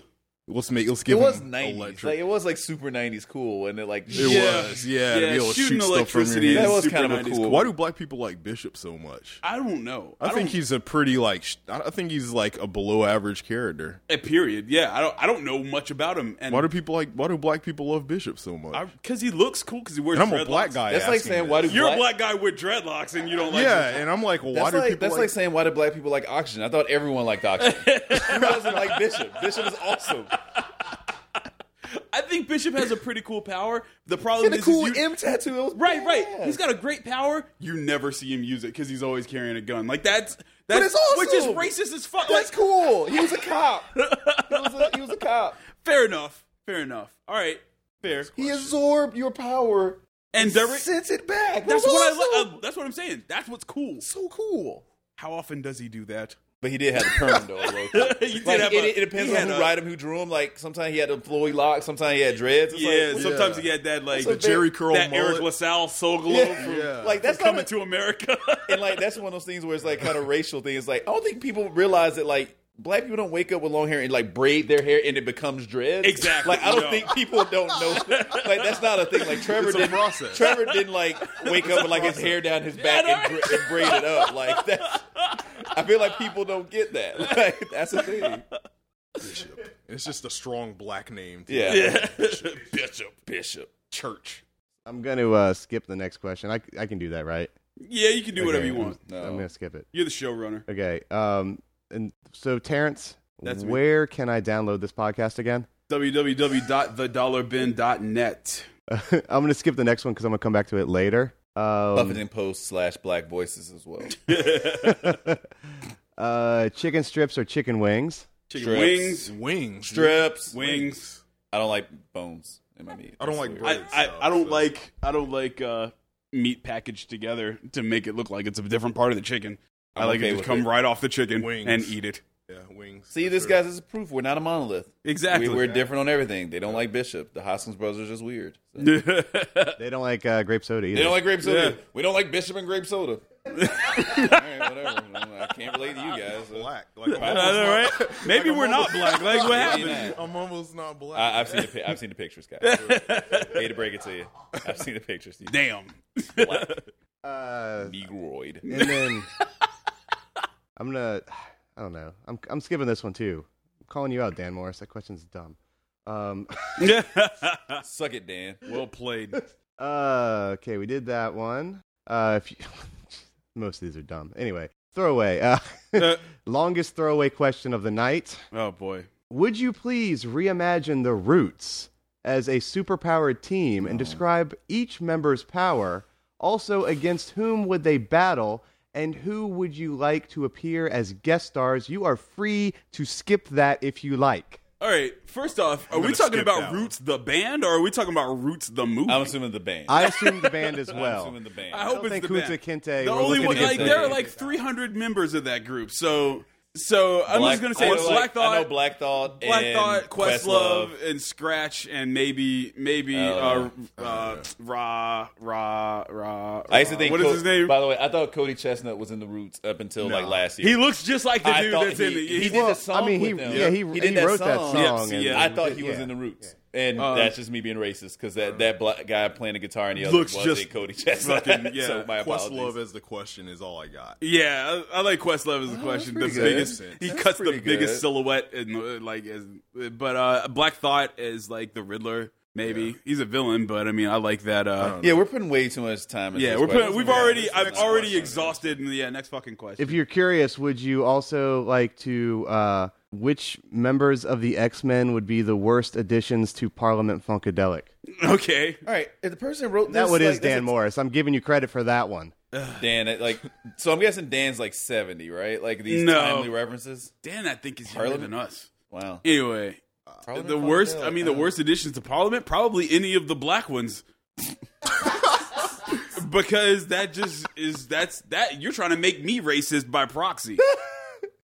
let's make let's
it
give
was
them
nineties. Like
electric.
it was like super nineties cool, and it like
it
Yeah.
was, yeah, to
Yeah,
be able to
shooting
shoot stuff from
electricity
your
is
hands.
That was
super
kind of a
90s
cool-
Why do black people like Bishop so much?
I don't know.
I, think
don't-
he's a pretty like sh- I I think he's like a below average character.
a eh, period. Yeah, I don't. I don't know much about him. And
Why do people like Why do black people love Bishop so much?
Because he looks cool. Because he wears.
and I'm a
dreadlocks.
black guy.
That's like
asking
saying,
this.
why do-
You're a black guy with dreadlocks, and you don't like.
yeah, and I'm like, well, why
That's
do
like
people
that's like,
like
saying why do black people like oxygen? I thought everyone liked oxygen. Who doesn't like Bishop? Bishop is awesome.
I think Bishop has a pretty cool power. The problem
And
is,
a
is
cool
you-
M tattoo. It was
right, right.
badass.
He's got a great power. You never see him use it because he's always carrying a gun. Like that's
But
that's
it's awesome.
which is racist as fuck.
That's
Like,
cool. He was a cop. he, was a, he was a cop.
Fair enough. Fair enough. All right. Fair.
He absorbed your power
And there, that's
sent it back. That was
what I.
awesome.
Uh, that's what I'm saying. That's what's cool.
so cool.
How often does he do that?
But he did have the perm though. low key.
He did
like,
have
it,
a-
it depends
he
on
had
who
a-
ride him, who drew him. Like sometimes he had the flowy lock, sometimes he had dreads. It's
Yeah.
like,
sometimes he had that like
That's a
Jerry Curl
that
mullet?
Eric LaSalle soul glow
Yeah.
from,
Yeah.
like that's
from
not
coming
a,
to America.
and like that's one of those things where it's like kind of racial thing. It's like I don't think people realize that like black people don't wake up with long hair and like braid their hair and it becomes dreads.
Exactly,
Like I don't
no.
think people don't know. Like that's not a thing. Like Trevor
It's a
didn't.
process.
Trevor didn't like wake up with like his hair down his back
Yeah,
and, bra- and braid it up. Like that's. I feel like people don't get that. Like that's a thing.
Bishop? It's just a strong black name. to
Yeah.
Bishop.
Bishop.
Church.
I'm going to uh, skip the next question. I, I can do that, right?
Yeah, you can do whatever
Okay,
you
I'm-
want.
I'm going to skip it.
You're the showrunner.
Okay. Um, and so Terrence,
That's me.
where can I download this podcast again?
www.thedollarbin.net.
I'm going to skip the next one because I'm going to come back to it later. Um,
Buffeting Post slash Black Voices as well.
uh, chicken strips or chicken wings?
Chicken
Strips.
wings,
Wings.
Strips.
wings.
I don't like bones in my meat.
I don't like
That's
I,
bread.
I, I don't like I don't like uh, meat packaged together to make it look like it's a different part of the chicken. i
I'm
like
okay
it to
with
come
it.
right off the chicken
Wings.
and eat it.
Yeah, wings.
See, this guy's is proof. We're not a monolith.
Exactly.
We, we're different on everything. They don't like Bishop. The Hoskins brothers are just weird. So-
They don't like uh, grape soda either.
They don't like grape soda.
Yeah.
We don't like Bishop and grape soda. All right, whatever. I can't relate to you guys. so-
black. Like, I'm
All
almost not-
right. Maybe
I'm
we're not
almost-
black. Like what
Why
happened?
not?
I'm almost not black.
I, I've seen the pi- I've seen the pictures, guys. Hate to break it to you, I've seen the pictures. You
Damn.
black
Uh,
negroid.
and then I'm gonna. I don't know. I'm I'm skipping this one too. I'm calling you out, Dan Morris. That question's dumb. Um.
Suck it, Dan.
well played.
Uh, okay, we did that one. Uh, if you, most of these are dumb. Anyway, throwaway. Uh,
Uh,
longest throwaway question of the night.
oh boy.
Would you please reimagine the Roots as a superpowered team
Oh.
and describe each member's power? Also, against whom would they battle? And who would you like to appear as guest stars? You are free to skip that if you like.
All right. First off, are we
gonna
talking
skip that
about
one.
Roots the band or are we talking about Roots the movie?
I'm assuming the band.
I assume the band as
I'm
well.
assuming the band.
I hope
don't
it's
think
the band.
Kunta Kinte
The
were
only
looking
one,
to get
like
that.
there are like 300 members of that group. So, so I'm just gonna say
I
it's
know,
Black
like, I
Thought,
know Black Thought.
Black
and
Thought, Questlove,
Questlove.
and Scratch, and maybe maybe uh,
Oh,
uh, Ra Ra Ra.
I used to think.
what is
Co-
his name?
By the way, I thought Cody Chestnut was in the Roots up until like last year.
He looks just like the
I
dude
thought
that's in
he-
it.
he
He's-
did
Well,
the song
I mean, he
with them.
yeah, he,
He did
he
that
wrote that
song.
song.
Yeah, see,
and-
yeah.
I thought he was
yeah.
in the Roots, and
Um,
that's just me being racist because that, that black guy playing the guitar and the other
Looks
was
just
a Cody Chestnut.
fucking- yeah,
so my apologies.
Questlove as the question is all I got.
yeah, I, I like Questlove as the question. The
Oh, pretty good.
biggest, he
That's
cuts the
pretty
biggest
good.
silhouette, and uh, like, as, but uh, Black Thought is like the Riddler. Maybe he's a villain, but I mean, I like that. Uh,
Yeah, we're putting way too much time. Into
Yeah,
this
we're putting,
question.
we've
Yeah.
already. I've
next
already
question.
exhausted. Yeah, next fucking question.
If you're curious, would you also like to uh, which members of the X Men would be the worst additions to Parliament Funkadelic?
okay,
All right, if the person who wrote
That
this,
one
like,
is
that's
Dan
a-
Morris. I'm giving you credit for that one.
Dan, it- like, so I'm guessing Dan's like 70, right? Like these
No.
timely references.
Dan, I think, is younger
Parliament?
than us.
Wow.
Anyway,
Parliament
the
Funkadelic,
worst. I mean, the
huh?
worst additions to Parliament probably any of the black ones. because that just is that's that you're trying to make me racist by proxy.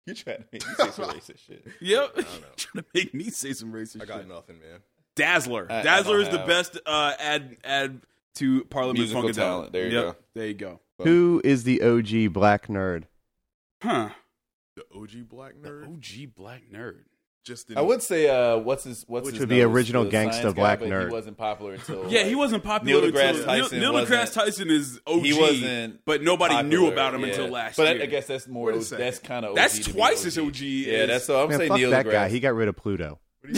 You're trying to make me say some racist shit.
Yep, trying to make me say some racist.
I got
shit.
nothing, man.
Dazzler.
I- I
Dazzler
don't
is the
have-
best uh, ad ad to Parliament
Musical
Funkadelic.
talent. There you
Yep,
go.
There you go.
Who is the OG black nerd?
Huh.
The OG black nerd.
OG black nerd.
Just in,
I would say, uh, what's his, what's
Which
his
would be
nose,
original
the
gangsta
science guy,
black
but
nerd.
He wasn't popular until.
Yeah, he
like,
wasn't popular
Neil deGrasse
until
Tyson
Neil, Neil deGrasse
wasn't-
Tyson is OG.
He wasn't.
but nobody knew
popular,
about him
yeah.
until last
but
year.
But I, I guess that's more.
Wait a
OG
second.
That's kind of.
That's twice as OG
Yeah,
as-
that's so I'm
Man,
saying.
fuck
Neil
that
deGrasse.
guy. He got rid of Pluto.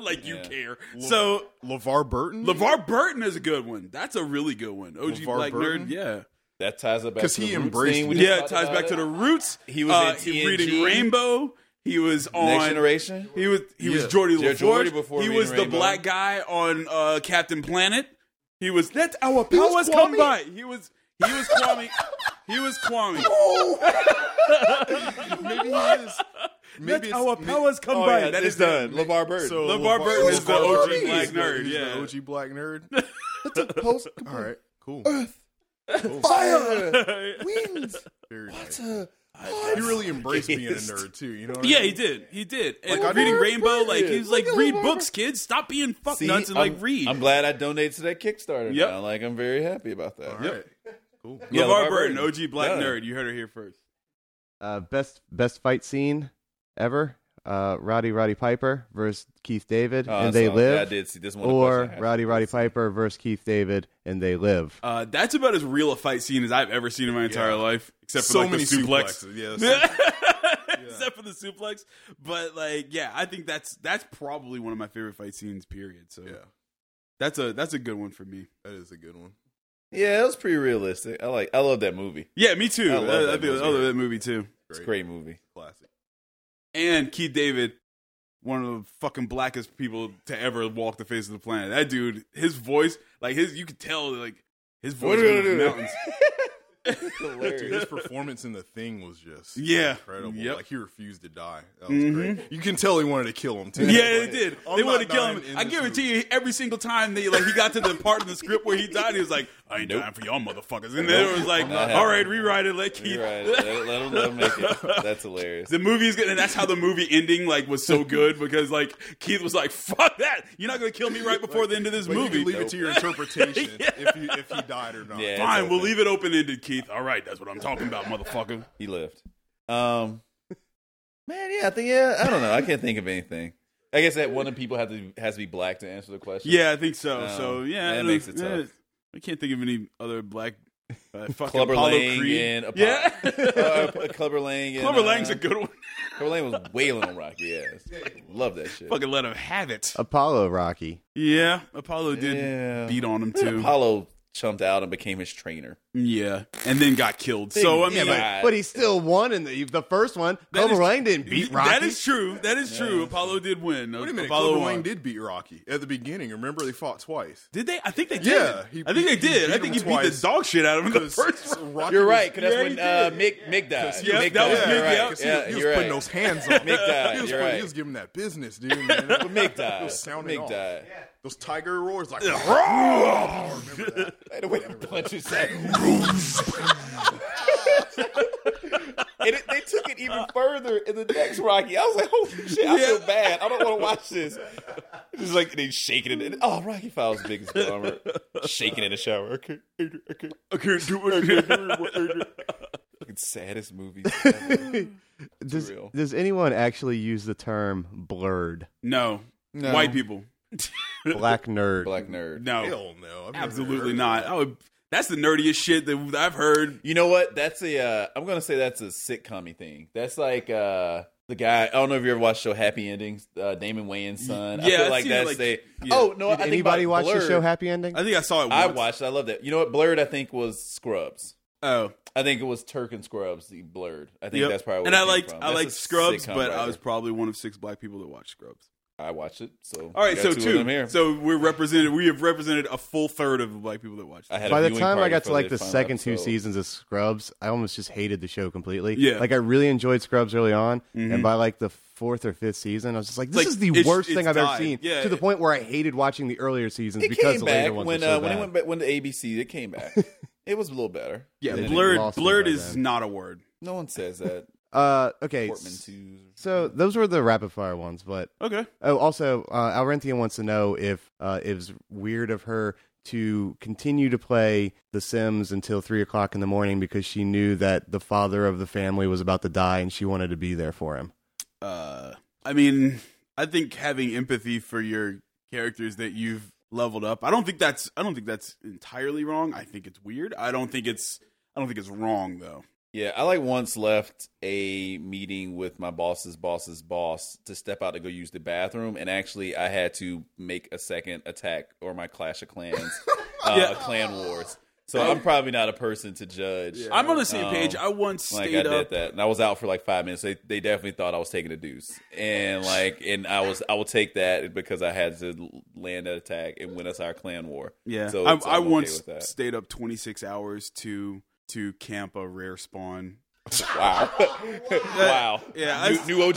like you
Yeah.
care. So
LeVar Burton.
LeVar Burton is a good one. That's a really good one. OG
LeVar
black
Burton?
nerd. Yeah,
that ties up back
'Cause
to
he
the Roots
embraced
thing we
it.
yeah.
just
It
talked
ties
about
back to
it.
the roots. Uh,
He was in
he-
TNG.
reading Rainbow. He was on
Next Generation.
He was he was
Yeah.
Jordy
Yeah,
LaForge.
Geordi before
he
Reading
was the
Rainbow.
black guy on uh, Captain Planet. He was that's our
was
powers come
Kwame?
by. He was he was Kwame. he was Kwame.
maybe he is. Maybe
That's
it's-
our
may-
powers come
Oh,
by.
yeah,
that
it's
is
done.
done.
LeVar Burton.
So
LeVar Burton is the
LeVar
OG
Burton
black
is the-
nerd,
he's the
yeah.
OG black nerd.
Post
All right, cool.
fire.
Very nice. He really embraced being a nerd too. You know? What
Oh, Yeah,
I mean?
he did. He did. And
Like, I
reading
never
Rainbow,
read
like he
it.
was like,
Look at
read
LeVar
books, kids. Stop being fuck
See,
nuts and
I'm,
like read.
I'm glad I donated to that Kickstarter.
Yep.
Now. Like I'm very happy about that.
All right. Cool.
Yeah,
LeVar,
LeVar
Burton,
Burton.
OG black
Done.
nerd. You heard it here first.
Uh, best best fight scene ever. Uh, Roddy Roddy Piper versus Keith David,
Oh,
and
so
they
I- I
live.
did see this one.
Or
question I had.
Roddy Roddy Piper versus Keith David, and they live.
Uh, that's about as real a fight scene as I've ever seen in my entire
Yeah.
life, except for
so
like
many
the suplex.
suplexes. Yeah. that's-
except for the suplex. But like, yeah, I think that's that's probably one of my favorite fight scenes. Period. So
yeah.
that's a that's a good one for me.
That is a good one.
Yeah, it was pretty realistic. I like. I love that movie.
Yeah, me too.
I
I,
love
I
that
think- I
movie.
love that movie too.
It's a great movie.
Classic.
And Keith David, one of the fucking blackest people to ever walk the face of the planet. That dude, his voice, like his, you could tell, like his voice
What are you
comes from
gonna do?
mountains.
Dude, his performance in the thing was just
Yeah.
incredible.
Yep. Mm-hmm.
Like he refused to die. That was great. You can tell he wanted to kill him too.
Yeah, they did.
I'm
they
not
wanted to kill
dying
him.
in
I
this
guarantee you, every single time they like he got to the part in the script where he died, he was like, "I ain't dying for y'all motherfuckers." And then it was like,
not
"All
having
right,
it."
rewrite it, let Keith."
You're right. Let, let him, let him make it. That's hilarious.
The movie is gonna. That's how the movie ending like was so good because like Keith was like, "Fuck that! You're not gonna kill me right before the end of this
But
movie."
you can leave it to your interpretation if, he, if he died or not.
Yeah.
Fine,
It's
we'll
open.
leave it open ended, Keith. All right, that's what I'm talking about, motherfucker.
He lived. Um, man, yeah, I think yeah. I don't know. I can't think of anything. I guess that one of the people have to has to be black to answer the question.
Yeah, I think so.
No,
so yeah,
that
I
makes
don't-
it tough.
I can't think of any other black uh, fucking
Clubber
Apollo
Lang
Creed.
and Apo-
yeah,
uh, Clubber Lang. And,
Clubber
uh,
Lang's a good one.
Clubber Lang was wailing on Rocky. Yes, love that shit.
Fucking let him have it.
Apollo Rocky.
Yeah, Apollo did
Yeah.
beat on him too. Mm,
Apollo chumped out and became his trainer.
yeah, and then got killed. So I mean,
Yeah,
like,
I-
But he still won in the, the first one.
That
Cobra
is-
Lang didn't beat Rocky.
that is true. That is true. Apollo did win.
Wait a minute.
Apollo
Clubber
won.
Lang did beat Rocky at the beginning. Remember, they fought twice.
Did they? I think they did.
Yeah, he-
I think they
he- he
did. I
beat
think he
him
beat the
twice.
dog shit out of him in the
Because
first round.
Rocky
You're
was-
right, because
Yeah,
that's when
he
uh, Mick Mick died.
Yeah,
Mick
that was
died,
Mick,
right?
yeah.
'cause he,
Yeah,
he was
you're
putting
right.
those hands on. him.
Mick died,
He was,
you're
putting-
right.
he was giving that business, dude. Man. That
But Mick died.
was sounding
Mick
off.
died.
Those tiger roars, like
Right away, punch his head. and it, they took it even further in the next Rocky. I was like, holy shit, I feel bad. I don't want to watch this. It's like they shaking it. In, oh, Rocky Fowl's biggest bummer. Shaking in the shower. Okay, okay.
I can't do it.
Fucking saddest movie ever.
does,
real.
does anyone actually use the term blurred?
no. white people.
Black nerd.
Black nerd.
No,
hell no. I've never heard
absolutely
of
not.
that.
I would. That's the nerdiest shit that I've heard.
You know what? That's a. Uh, I'm gonna say that's a sitcom thing. That's like uh, the guy. I don't know if you ever watched the show Happy Endings. Uh, Damon Wayans' son. I
Yeah,
feel
I've
like
seen it,
that's
like-
a.
yeah.
Oh no! I
Did
think
anybody
about
watch the
Blurred,
show Happy Ending?
I think I saw it. Once.
I watched. it. I love that. You know what? Blurred. I think was Scrubs.
Oh,
I think it was Turk and Scrubs. The Blurred. I think
yep.
that's probably.
And
Where it
I
came
liked.
from.
I
That's
liked
a
Scrubs,
sitcom
but I
writer.
was probably one of six black people that watched Scrubs.
I watched it. So
All right,
I got
so
of
two.
them here.
So we're represented. We have represented a full third of the black people that watch.
I had a
By the
viewing
time I
party
got to
for
like the
final
second two
episode.
seasons of Scrubs, I almost just hated the show completely.
Yeah.
Like I really enjoyed Scrubs early on,
Mm-hmm.
and by like the fourth or fifth season, I was just like, this
Like,
is the
it's-
worst
it's
thing I've
died.
ever seen.
Yeah,
to the
it-
point where I hated watching the earlier seasons
It
because
came
the later
back
ones
when
were so
uh, when it
bad.
went back, when the ABC it came back. it was a little better.
Yeah,
They didn't
blurred.
lost me
Blurred
by
is
then.
not a word.
No one says that.
Uh, okay.
Portman
s-
twos.
So those were the rapid fire ones, but
Okay.
Oh, also, uh, Alrenthian wants to know if uh, it was weird of her to continue to play The Sims until three o'clock in the morning because she knew that the father of the family was about to die and she wanted to be there for him.
Uh, I mean, I think having empathy for your characters that you've leveled up. I don't think that's. I don't think that's entirely wrong. I think it's weird. I don't think it's. I don't think it's wrong though.
Yeah, I like once left a meeting with my boss's boss's boss to step out to go use the bathroom, and actually I had to make a second attack or my Clash of Clans, uh,
Yeah.
Clan Wars. So I'm probably not a person to judge.
I'm on the same
Um,
page. I once
Like
stayed
I did
up.
that, and I was out for like five minutes. They they definitely thought I was taking a deuce, and like and I was I will take that because I had to l- land an attack and win us our clan war.
Yeah,
so
I,
it's-
I
I'm okay
once
with that.
stayed up 26 hours to to camp a rare spawn.
Wow, wow,
Yeah, I-
new, new OG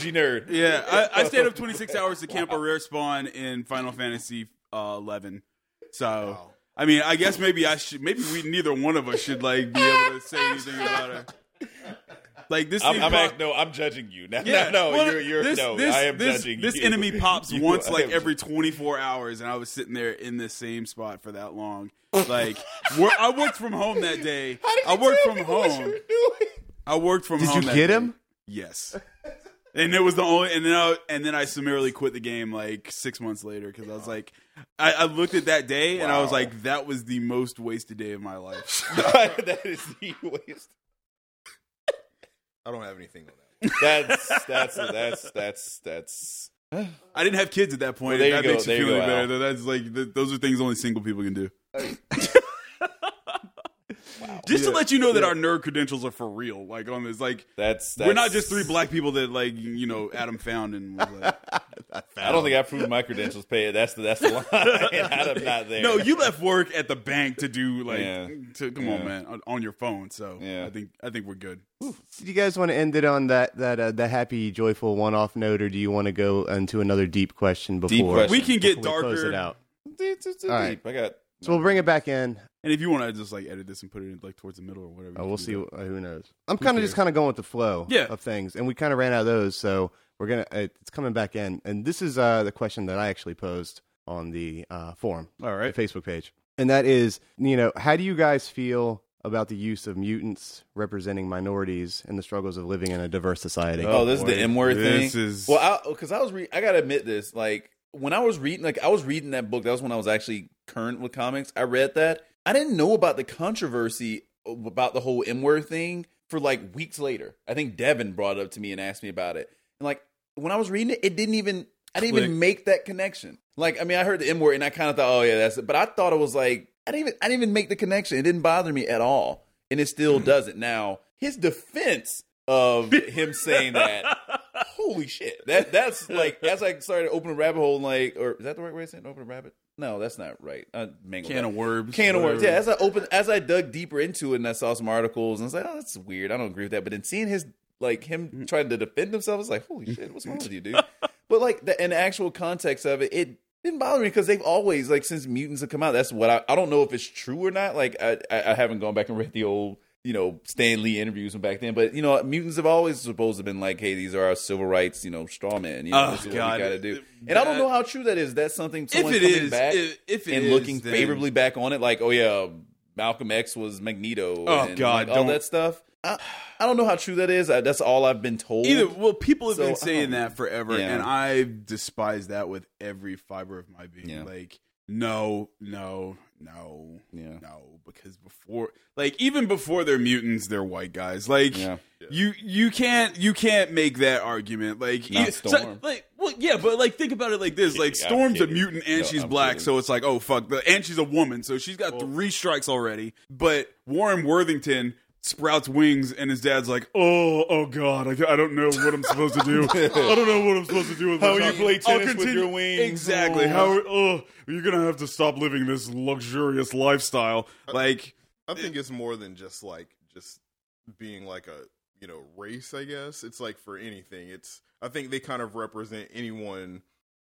nerd.
Yeah, I, I stayed up 26 hours to camp a rare spawn in Final Fantasy uh, 11. So, I mean, I guess maybe I should. Maybe we neither one of us should like be able to say anything about her. Like this.
I'm,
thing
I'm
pro-
act, no, I'm judging you. No,
Yeah,
no, no
well,
you're, you're
this,
no.
this,
I am
this,
judging
This
you.
enemy pops
You-
once
I
like
am-
every 24 hours, and I was sitting there in this same spot for that long. Like, wor- I worked from home that day. I worked from home. I worked from
Did
home.
you
that
get
day.
him?
Yes. And it was the only, and then I, and then I summarily quit the game like six months later because I was like, I, I looked at that day and I was like, that was the most wasted day of my life.
that is the waste.
I don't have anything on that.
That's that's that's that's that's.
I didn't have kids at that point.
Well,
if
there you
that
go,
makes you
there you
feel any
go,
better.
Al.
though, That's like th- those are things only single people can do. Just to let you know that our nerd credentials are for real. Like on this, like
That's, that's
we're not just three black people that like you know Adam found and was like,
I don't think I proved my credentials. Pay that's the that's the line. I'm not there.
No, you left work at the bank to do like
Yeah.
to come on,
Yeah.
man, on, on your phone. So
Yeah.
I think I think we're good.
Do you guys want to end it on that that uh, the happy, joyful one-off note, or do you want to go into another deep question before
Deep question.
We can get
we
darker.
close it out?
It's too- too
All right.
deep. I got.
So we'll bring it back in.
And if you want to just like edit this and put it in like towards the middle or whatever,
Uh,
you
we'll
can
see.
do
Uh, who knows? I'm kind of
cares?
just kind of going with the flow
Yeah.
of things, and we kind of ran out of those, so we're gonna. It's coming back in, and this is uh, the question that I actually posed on the uh, forum,
that. All right.
the Facebook page, and that is, you know, how do you guys feel about the use of mutants representing minorities and the struggles of living in a diverse society?
Oh, this is the
boy.
M word thing.
This is-
well, because I, was re- I gotta admit this. Like when I was reading, like I was reading that book. That was when I was actually current with comics. I read that. I didn't know about the controversy about the whole M word thing for like weeks later. I think Devin brought it up to me and asked me about it. And like when I was reading it, it didn't even. I didn't
Click.
even make that connection. Like, I mean, I heard the M word and I kind of thought, oh yeah, that's it. But I thought it was like I didn't even I didn't even make the connection. It didn't bother me at all, and it still doesn't. Now his defense of him saying that, holy shit, that that's like as I started opening a rabbit hole, and like, or is that the right way to say it? Open a rabbit? No, that's not right. Uh, mangled
Can
that.
of worms.
Can of worms. Yeah,
whatever.
as I opened, as I dug deeper into it, and I saw some articles, and I was like, "Oh, that's weird. I don't agree with that." But then seeing his like
Mm.
him trying to defend himself, I was like, "Holy shit, what's wrong with you, dude?" But like the, in the actual context of it, it didn't bother me because they've always like since mutants have come out. That's what I, I don't know if it's true or not. Like I, I I haven't gone back and read the old you know Stan Lee interviews from back then, but you know mutants have always supposed to have been like, "Hey, these are our civil rights, you know, straw men. You know,
Oh,
this is what
God.
we got to do." And
That-
I don't know how true that is. That's something
If
someone
it
coming
is,
back
if, if it
and
is,
looking
then-
favorably back on it, like, oh yeah, Malcolm X was Magneto.
Oh,
and,
God,
like, all
don't-
that stuff. I, I don't know how true that is. I, that's all I've been told.
Either well, people have
So,
been
I don't-
saying that forever,
Yeah.
and I despise that with every fiber of my being.
Yeah.
Like, no, no, no,
Yeah.
no, because before, like, even before they're mutants, they're white guys. Like,
Yeah.
you you can't you can't make that argument. Like,
Not
e- so-
Storm.
like, well, yeah, but like, think about it like this: like,
Yeah, I'm
Storm's a
kidding.
mutant and
No,
she's
I'm
black,
kidding.
so it's like, oh fuck, but- and she's a woman, so she's got three strikes already. But Warren Worthington. sprouts wings, and his dad's like, "Oh, oh God, I, I don't know what I'm supposed to do. I don't know what I'm supposed to do with
How
my
you
time.
play
I'll
tennis with
continue-
your wings.
Exactly.
Oh.
How? Oh, you're gonna have to stop living this luxurious lifestyle. Like,
I think it's more than just like just being like a you know race. I guess it's like for anything. It's I think they kind of represent anyone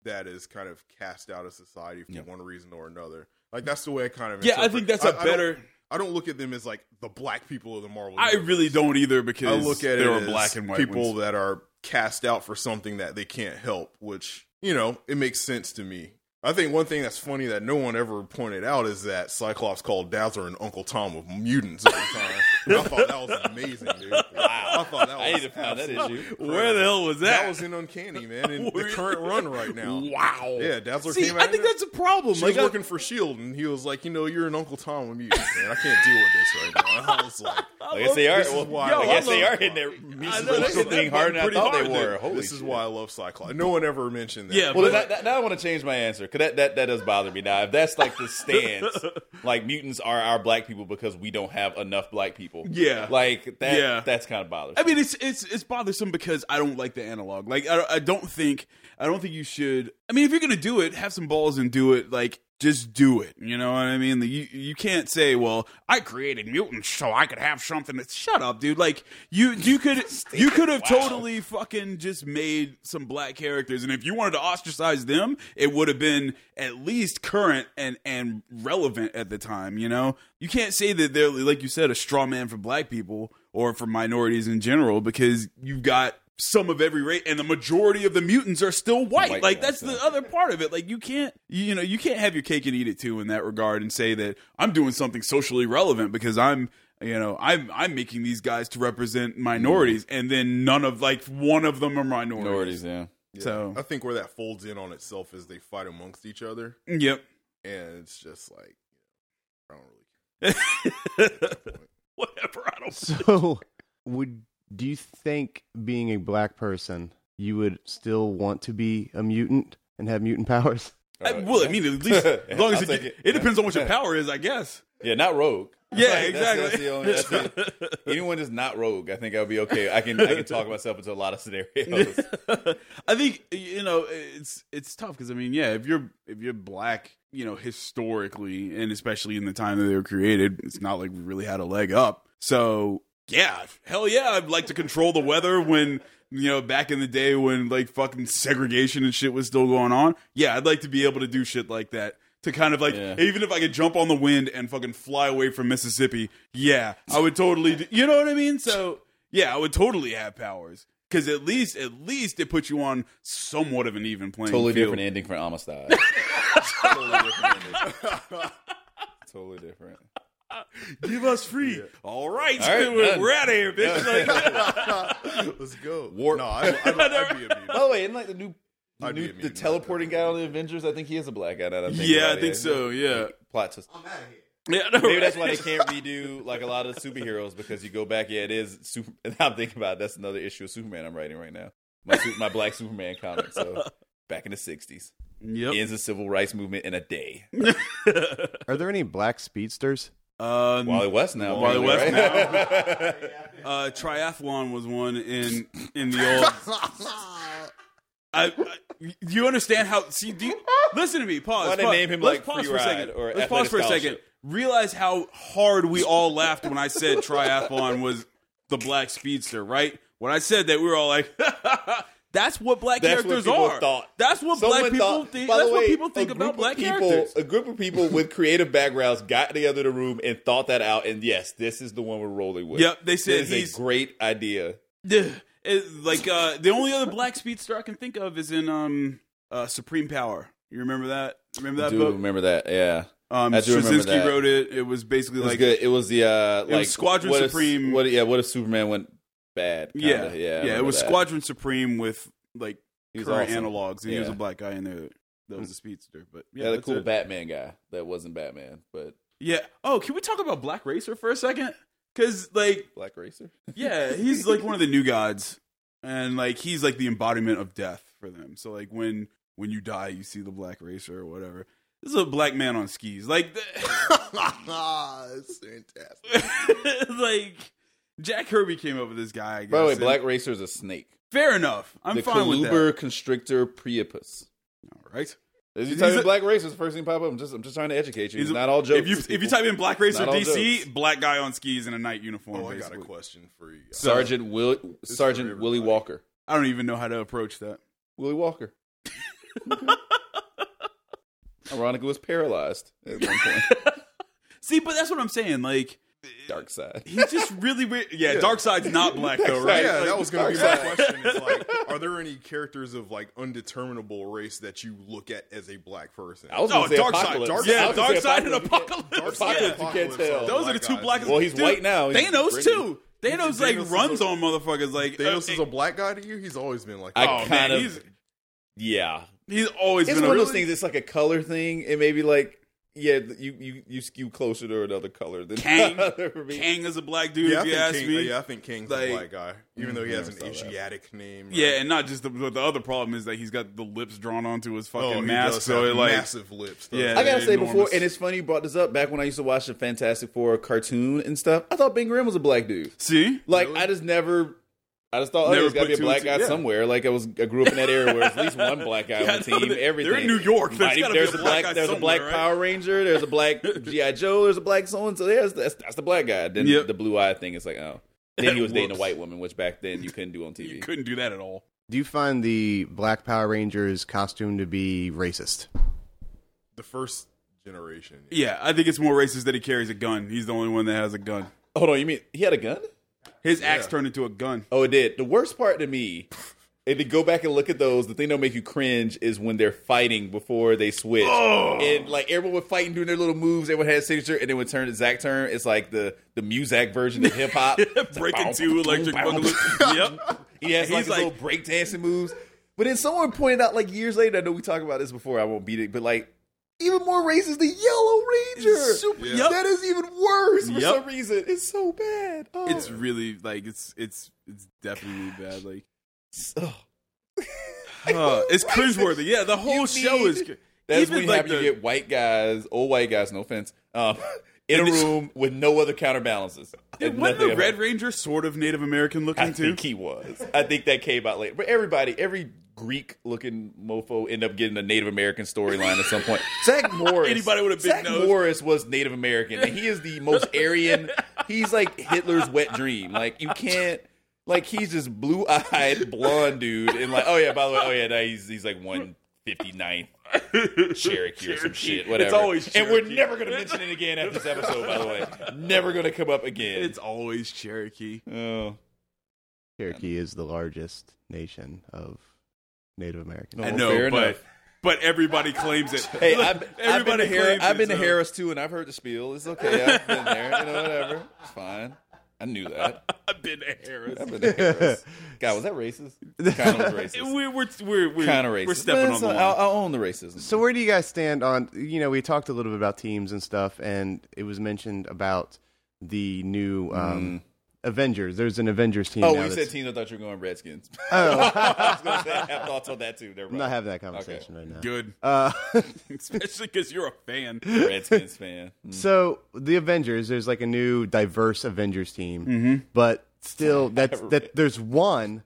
that is kind of cast out of society for
Yeah.
one reason or another. Like that's the way I kind of
yeah, I
interpret-
think that's a
I
better.
don't, I don't look at them as like the black people of the Marvel.
I,
universe.
really don't either because
I look at
there
it
were
as
black and white
people
ones.
that are cast out for something that they can't help, which you know it makes sense to me. I think one thing that's funny that no one ever pointed out is that Cyclops called Dazzler and Uncle Tom of mutants every time. And I thought that was amazing, dude. Wow, I thought that was
I need to find that
absolutely
issue.
incredible.
Where the hell was that?
That was in Uncanny, man, in the
Where-
current run right now.
Wow.
Yeah, Dazzler
See,
came out.
I think that's a problem.
She
like,
was
I-
working for Shield, E and he was like, "You know, you're an Uncle Tom of mutants, man. I can't deal with this right now." And I was like,
I
I
love-
guess they are.
This is
Well,
why
I
I
guess
love-
they are hitting their
I
pieces
know, they hit that
something harder than I
button
thought they
pretty hard,
were. Holy
this is
shit.
why I love Cyclops. No one ever mentioned that.
Yeah,
Well,
Well, that, that, now I want to change my answer because that, that, that does bother me now. If that's like the stance, like mutants are our black people because we don't have enough black people.
Yeah.
like that.
Yeah.
that's kind of bothersome.
I mean, it's it's it's bothersome because I don't like the analog. Like, I, I don't think I don't think you should. I mean, if you're gonna do it, have some balls and do it. Like, just do it. You know what I mean? The, you you can't say, well, I created mutants so I could have something. That, shut up, dude. Like, you you could you could have
Wow.
totally fucking just made some black characters, and if you wanted to ostracize them, it would have been at least current and and relevant at the time. You know, you can't say that they're like you said a straw man for black people or for minorities in general because you've got some of every race and the majority of the mutants are still white.
White
like
ones,
that's the
yeah.
other part of it. Like you can't you you know you can't have your cake and eat it too in that regard and say that I'm doing something socially relevant because I'm you know I'm I'm making these guys to represent minorities and then none of like one of them are minorities.
minorities. Yeah,
So
I think where that folds in on itself is they fight amongst each other,
mm, yep.
and it's just like, I don't really.
Whatever. I don't.
So, would do you think being a black person, you would still want to be a mutant and have mutant powers?
I, well, I mean, at least as long as
Uh, I'll
it,
take
it,
it.
depends on what your power is, I guess.
yeah, not rogue.
Yeah,
Like, that's-
exactly.
That's, the only, that's the, anyone that's not rogue, I think I'll be okay. I can I can talk myself into a lot of scenarios.
I think you know it's it's tough because I mean, yeah, if you're if you're black, you know, historically and especially in the time that they were created, it's not like we really had a leg up. So yeah, hell yeah, I'd like to control the weather when you know back in the day when like fucking segregation and shit was still going on. Yeah, I'd like to be able to do shit like that. To kind of like,
Yeah.
even if I could jump on the wind and fucking fly away from Mississippi, yeah, I would totally. Do, you know what I mean? So yeah, I would totally have powers because at least at least it puts you on somewhat of an even playing
totally
field.
different ending for Amistad. totally different. ending. totally different.
Give us free. All right,
All right,
we're,
done.
we're out of here, bitch. Like,
Let's go.
Warp.
No, I, I, I'd be a mutant.
By the way, isn't like the new the,
I'd be
new-
a
the
mutant.
teleporting guy on the Avengers? I think he is a black guy. Now that I think
yeah,
about
I
it.
think so. Yeah,
Plot twist.
yeah. no,
Maybe that's
right.
why they can't redo like a lot of the superheroes because you go back. Yeah, it is. Super- and I'm thinking about it, that's another issue of Superman I'm writing right now. My su- my black Superman comic. So back in the '60s,
Yep.
ends the civil rights movement in a day.
Are there any black speedsters?
Um,
Wally West now.
Wally
apparently,
West
right?
uh, triathlon was one in in the old. I, I- do you understand how? See, do you, listen to me. Pause.
Why they
pause.
name him,
Let's
like,
pause
Free
for a
Ride
second.
or
Let's pause
Athletic
for a second.
Scholarship?
Realize how hard we all laughed when I said triathlon was the black speedster, right? When I said that, we were all like, "That's what black
That's what
characters
people
are."
thought.
That's what
Someone
black people
thought-
think.
by the
That's what
way,
people think
a
about
group of
black
people,
characters.
A group of people with creative backgrounds got together in a room and thought that out. And yes, this is the one we're rolling with.
Yep, they said
this is
he's-
a great idea.
Ugh. It- like uh, the only other black speedster I can think of is in um, uh, Supreme Power. You remember that? Remember
I
that
do
book?
remember that? Yeah,
Um,
I do remember
Straczynski
that.
wrote it. It was basically
it was
like
good. It was the uh,
was
like
Squadron
what if-
Supreme.
what? Yeah, what if Superman went bad? kinda.
yeah,
yeah, I
yeah. It
remember
was
that.
Squadron Supreme with like
He was
current
awesome.
analogs, and he was a
Yeah. Mm.
black guy in there that was a speedster. But yeah,
Yeah, the
that's
cool
it.
Batman guy that wasn't Batman, but
yeah. Oh, can we talk about Black Racer for a second? Because like,
Black Racer.
yeah, he's like one of the new gods, and like he's like the embodiment of death for them. So like when when you die, you see the Black Racer or whatever. This is a black man on skis, like. The-
Ah, it's fantastic.
like Jack Kirby came up with this guy. I guess.
By the way,
and-
Black Racer is a snake.
Fair enough. I'm
the
fine with
Caluber
that.
constrictor Priapus.
All right.
As you
He's
type in
a-
Black Racer, it's the first thing pop up. I'm just, I'm just trying to educate you.
He's
It's
a-
not all jokes.
If you if
people.
you type in Black Racer
Not all
DC,
jokes.
black guy on skis in a night uniform.
Oh, I got a
basically.
question for you. guys.
Sergeant Will
is for
Sergeant
everybody.
Willie Walker.
I don't even know how to approach that.
Willie Walker. Ironically, was paralyzed at one point.
See, but that's what I'm saying. Like
Dark side.
he's just really weird. Yeah, Dark Side's not black though, right?
Yeah,
Like,
that was going to be my
Dark Side.
question. It's like, are there any characters of like undeterminable race that you look at as a black person?
I was
Oh,
gonna say
Dark
apocalypse.
Side.
I was
Yeah,
gonna
Dark
say
Side and
Dark
Apocalypse.
Side
Yeah.
and Apocalypse Oh
You can't
are
tell.
Those are the
black
two
guys.
black.
Well, he's
Dude,
white now. He's
Thanos
British.
too. Thanos like
Thanos is
runs
a-
on motherfuckers. Like
Thanos
uh,
is a black guy to you. He's always been like,
I
that.
oh, man,
kind of.
he's-
yeah,
He's always
it's
been
one
a
of those things. It's like a color thing, and maybe like yeah, you you you skew closer to another color than
Kang.
For me.
Kang is a black dude.
yeah, I
if you
think
ask
King,
me,
yeah, I think King's
Like-
a black guy, even though he
Mhm.
has an
I saw that.
Asiatic name. right?
Yeah, and not just the, but the other problem is that he's got the lips drawn onto his
oh,
fucking
he
mask,
does
so
have
it like
massive lips. doesn't
Yeah,
he?
I gotta say before,
enormous.
and it's funny you brought this up. Back when I used to watch the Fantastic Four cartoon and stuff, I thought Ben Grimm was a black dude.
see.
Like
Really?
I just never, I just thought oh,
Never
there's got to
put
be a
two and
black
two-
guy
yeah.
somewhere. Like I was, I grew up in that era where there's at least one black guy
Yeah,
on the
I know
team.
that- they're
everything.
in New York. There's
Might-
gotta be
there's
a black guy
there's a black
somewhere, right?
Power Ranger. There's a black GI Joe. There's a black so and so. There's that's, that's the black guy. Then
Yep.
the blue eye thing is like oh. Then he was dating a
Whoops.
white woman, which back then you couldn't do on TV.
You couldn't do that at all.
Do you find the Black Power Rangers costume to be racist?
the first generation.
Yeah, I think it's more racist that he carries a gun. He's the only one that has a gun.
Hold on, you mean he had a gun?
His axe
Yeah.
turned into a gun.
Oh, it did. The worst part to me, and to go back and look at those, the thing that'll make you cringe is when they're fighting before they switch. And like everyone would fight and doing their little moves, everyone had a signature, and then would turn to Zach turn. It's like the the Muzak version of hip hop. It's like,
Breaking
bow,
two electric
bow, bow.
bungalows. yep.
He has
He's
like, his
like-
little break dancing moves. But then someone pointed out like years later, I know we talked about this before, I won't beat it, but like even more racist, the Yellow Ranger.
super-
Yeah.
That is even worse for
Yep.
some reason. It's so bad. Oh.
It's really like it's it's it's definitely bad. Like
Ugh.
uh, it's cringeworthy. Yeah, the whole
You
show is.
need- That's
even
when you
like
have to
the-
get white guys, old white guys, no offense, um, in a
And it's-
room with no other counterbalances.
Dude,
And
wasn't
nothing
the
else.
Red Ranger sort of Native American
I
looking too?
think he was. I think that came out later. But everybody, every Greek looking mofo end up getting a Native American storyline at some point. Zach Morris.
Anybody with a big
Zach
nose.
Morris was Native American, and he is the most Aryan. He's like Hitler's wet dream. Like you can't. Like he's just blue eyed blonde dude, and like, oh yeah, by the way, oh yeah, no, he's he's like one fifty ninth Cherokee or some shit, whatever.
It's always
and we're
Cherokee.
never gonna mention it again after this episode. By the way, never gonna come up again.
It's always Cherokee.
oh.
Cherokee is the largest nation of Native Americans.
No.
I
Well,
know,
fair
but
enough.
but everybody claims it.
Hey,
Look,
I've, I've been to Harris.
claims
I've been
it,
to
so-
Harris too, and I've heard the spiel. It's okay. I've been there. You know, whatever. It's fine. I knew that.
I've been to Harris.
I've been to Harris. God, was that racist? Kind of was racist.
We're we're we're we're,
Kind of racist.
we're stepping
But
on
it's
the
not-
line.
I'll, I'll own the racism.
So where do you guys stand on? You know, we talked a little bit about teams and stuff, and it was mentioned about the new um, Avengers. There's an Avengers team.
Mm-hmm. oh,
now
when you said
that's-
team, I thought you were going Redskins.
Oh,
I was going to say I have thoughts on that too. Never
I'm
mind.
not having that conversation right now.
Good,
Uh,
especially because you're a fan.
Redskins fan.
so the Avengers, there's like a new diverse Avengers team, but still, that's that. There's one,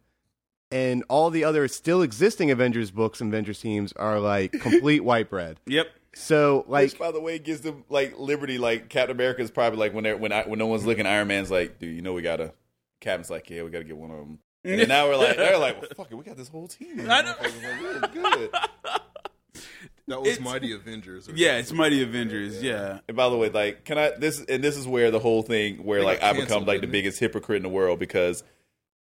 and all the other still existing Avengers books and Avengers teams are like complete white bread.
Yep.
So like,
Which, by the way, gives them like liberty. Like Captain America is probably like when they're when I, when no one's looking, Iron Man's like, dude, you know we gotta. Captain's like, yeah, we gotta get one of them. And then now we're like, they're like, well, fuck it, we got this whole team.
I know.
We're good.
That was
It's-
Mighty Avengers. or
Yeah, it's
something.
Mighty Avengers. Yeah.
And by the way, like, can I this and this is where the whole thing where
They got
like I become
canceled,
like the
didn't they?
biggest hypocrite in the world because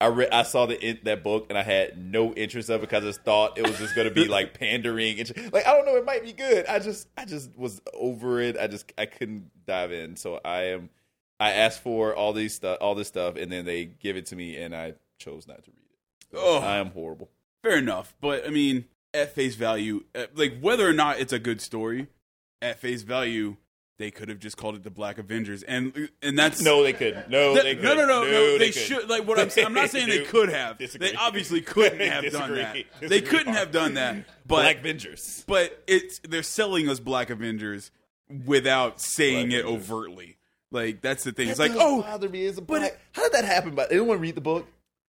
I re- I saw the in- that book and I had no interest of it because I just thought it was just going to be like pandering and sh- like I don't know it might be good. I just I just was over it. I just I couldn't dive in. So I am I asked for all these stuff all this stuff and then they give it to me and I chose not to read it. So
Oh.
I am horrible.
Fair enough, but I mean, at face value, uh, like whether or not it's a good story, at face value, they could have just called it the Black Avengers, and and that's
No, they couldn't. No,
That-
they could.
no, no, no, no. They,
couldn't.
should like what I'm. I'm not saying they
Dude,
could have.
disagree.
They obviously couldn't have done that.
Disagree.
They
Disagree
couldn't
hard.
have done that. But
Black Avengers.
but it's they're selling us Black Avengers without saying
Black
it overtly. Like that's the thing. It's
That
like
does
oh,
bother me as a
but
black-
it-
how did that that happen? But anyone read the book?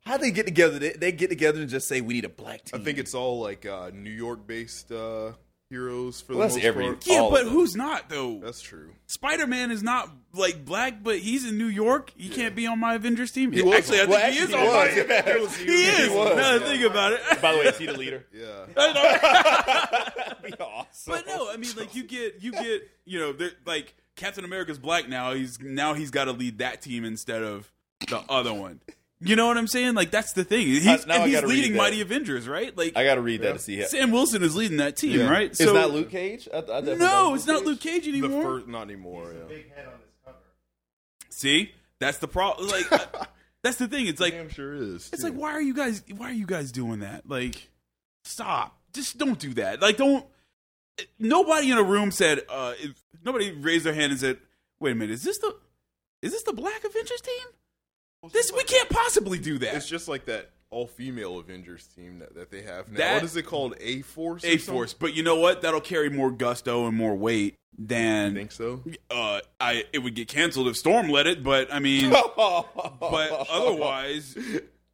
How they get together? They, they get together and just say we need a black
I
team.
think it's all like uh, New York based uh, heroes for
Well, that's
the most
every-
part.
Yeah,
All of
but
them.
who's not though?
That's true.
Spider Man is not like black, but he's in New York. He can't be on my Avengers team.
was.
Actually, I think
Well,
he is
actually,
on
he
my.
was.
Heroes,
He
heroes.
is.
was,
Now
yeah.
that I think about it.
By the way, is he the leader?
Yeah.
That'd be awesome.
But no, I mean, like you get you get you know, they're like Captain America's black now. He's now he's got to lead that team instead of the other one. You know what I'm saying? Like that's the thing. He's,
Uh, now
and
I
he's
gotta read
leading
that.
Mighty Avengers, right? Like
I got to read that to see him.
Sam Wilson is leading that team,
Yeah.
right?
It's
it's not Luke Cage. I, I definitely thought it
No,
was
it's not Luke Cage
The
anymore.
first, not anymore. Yeah.
See, that's the problem. Like that's the thing. It's like
Damn sure is.
it's
too.
like why are you guys why are you guys doing that? Like stop. Just don't do that. Like don't nobody in a room said uh if, nobody raised their hand and said, "Wait a minute, is this the is this the Black Avengers team?" This we can't possibly do that.
It's just like that all female Avengers team that, that they have now.
That-
what is it called? A Force?
A force, but you know what? That'll carry more gusto and more weight
I
than
think so.
uh I it would get canceled if Storm led it, but I mean but otherwise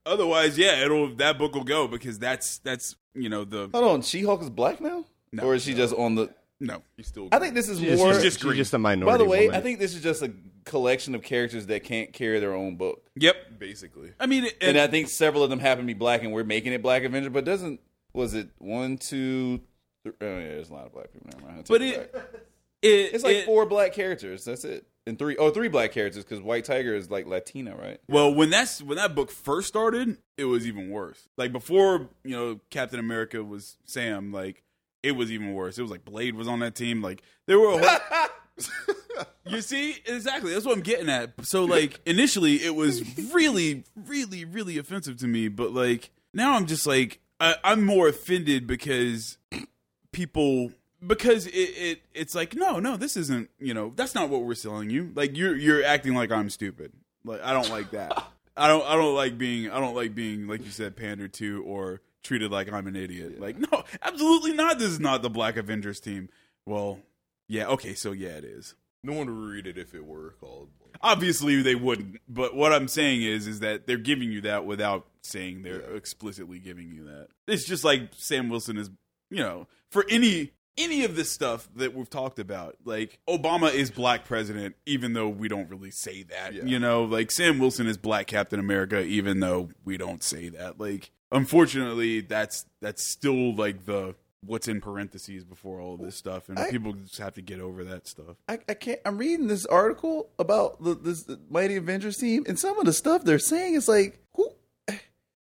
otherwise yeah, it'll that book will go because that's that's you know the
Hold on, She Hulk is black now,
No.
or is she just on the?
no.
He's still.
I think this is
She's
more.
just,
just
she's
green.
just a minority.
by the way,
woman.
I think this is just a collection of characters that can't carry their own book,
Yep.
basically.
I mean it,
and I think several of them happen to be black, and we're making it Black Avenger. But doesn't was it one, two, three? Oh, yeah, there's a lot of black people. Never mind. I take
But
it
it,
back.
it
it's like
it-
four black characters. That's it, and three oh three black characters because White Tiger is like Latina, right?
Well, when that's when that book first started, it was even worse. Like before, you know, Captain America was Sam. Like it was even worse. It was like Blade was on that team. Like there were. A whole, you see, exactly. That's what I'm getting at. So like initially, it was really, really, really offensive to me. But like now, I'm just like I, I'm more offended because people because it, it it's like no no this isn't you know that's not what we're selling you like you're you're acting like I'm stupid like I don't like that I don't I don't like being I don't like being like you said pandered to or treated like I'm an idiot like no absolutely not this is not the Black Avengers team well yeah okay so yeah it is
No one would read it if it were called.
obviously they wouldn't but what I'm saying is is that they're giving you that without saying they're explicitly giving you that it's just like Sam Wilson is you know, for any any of this stuff that we've talked about, like Obama is black president, even though we don't really say that.
Yeah.
You know, like Sam Wilson is black Captain America, even though we don't say that. Like, unfortunately, that's that's still like the what's in parentheses before all of this stuff, and
I-
people just have to get over that stuff.
I, I can't. I'm reading this article about the, this Mighty Avengers team, and some of the stuff they're saying is like, who?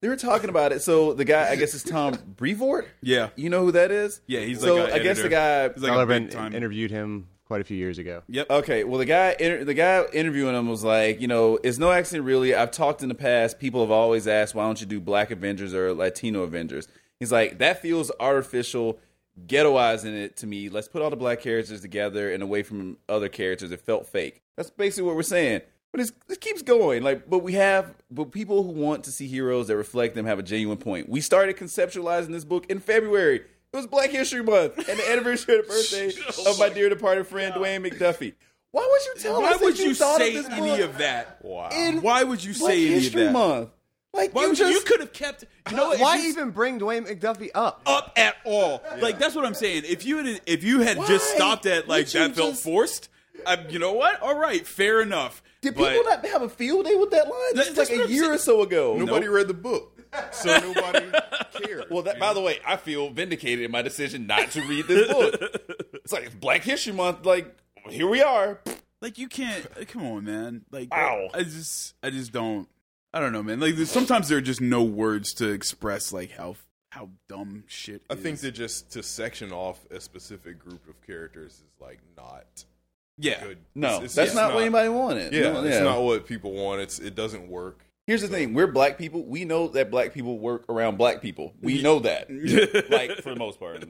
They were talking about it. So the guy, I guess it's Tom Brevoort.
Yeah,
You know who that is?
yeah. He's
so
like, a
I guess the
editor.
guy.
He's like a
Dollar
big
Ben
time.
interviewed him quite a few years ago.
yep.
Okay, well the guy inter- the guy interviewing him was like, you know, it's no accident really. I've talked in the past. People have always asked, why don't you do Black Avengers or Latino Avengers? He's like, that feels artificial, ghettoizing it to me. Let's put all the black characters together and away from other characters. It felt fake. That's basically what we're saying. But it's, it keeps going. Like, but we have, but people who want to see heroes that reflect them have a genuine point. We started conceptualizing this book in February. It was Black History Month and the anniversary of the birthday of Oh my dear departed friend Dwayne McDuffie. Why would you tell
Why
us
would
that you,
you
thought
say
of this
any
book
of that?
Wow.
in
Why would you
Black
say any of
History
that?
Month? Like
Why
you
would
just
you, you could have kept. You know what? If
Why
you-
even bring Dwayne McDuffie up?
up at all. Like that's what I'm saying. If you had, if you had just
Why
stopped at like
would you
that felt
just-
forced, I, you know what? All right, fair enough.
did
But-
people not have a field day with that line? This
That-
is
that's
like a
what I'm
year or
saying.
so ago.
Nobody read the book, so nobody cared.
Well, that, by the way, I feel vindicated in my decision not to read this book. it's like it's Black History Month. Like here we are.
like you can't. uh, Come on, man. Like
Wow.
I just I just don't. I don't know, man. Like there's- sometimes there are just no words to express like how how dumb shit.
I
is.
think that just to section off a specific group of characters is like not
yeah.
good.
No,
It's- it's
that's
just
not, what anybody wanted.
Yeah,
No,
it's not what people want. It's it doesn't work.
Here's the thing: we're black people. We know that black people work around black people. We know that, like for the most part.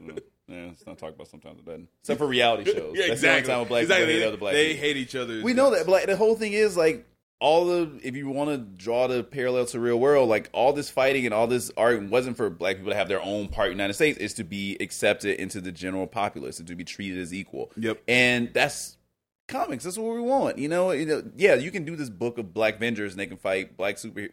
Yeah, let's not talk about sometimes it doesn't. Except for reality shows.
Yeah,
That's the only
exactly.
time where black
exactly.
people hate
They,
other black
they
people.
hate each other.
we know that. But like, the whole thing is like all the if you want to draw the parallel to real world, like all this fighting and all this arguing wasn't for black people to have their own part in the United States. It's to be accepted into the general populace and to be treated as equal.
Yep.
And that's comics. That's what we want. You know, you know, yeah, you can do this book of Black Avengers and they can fight black super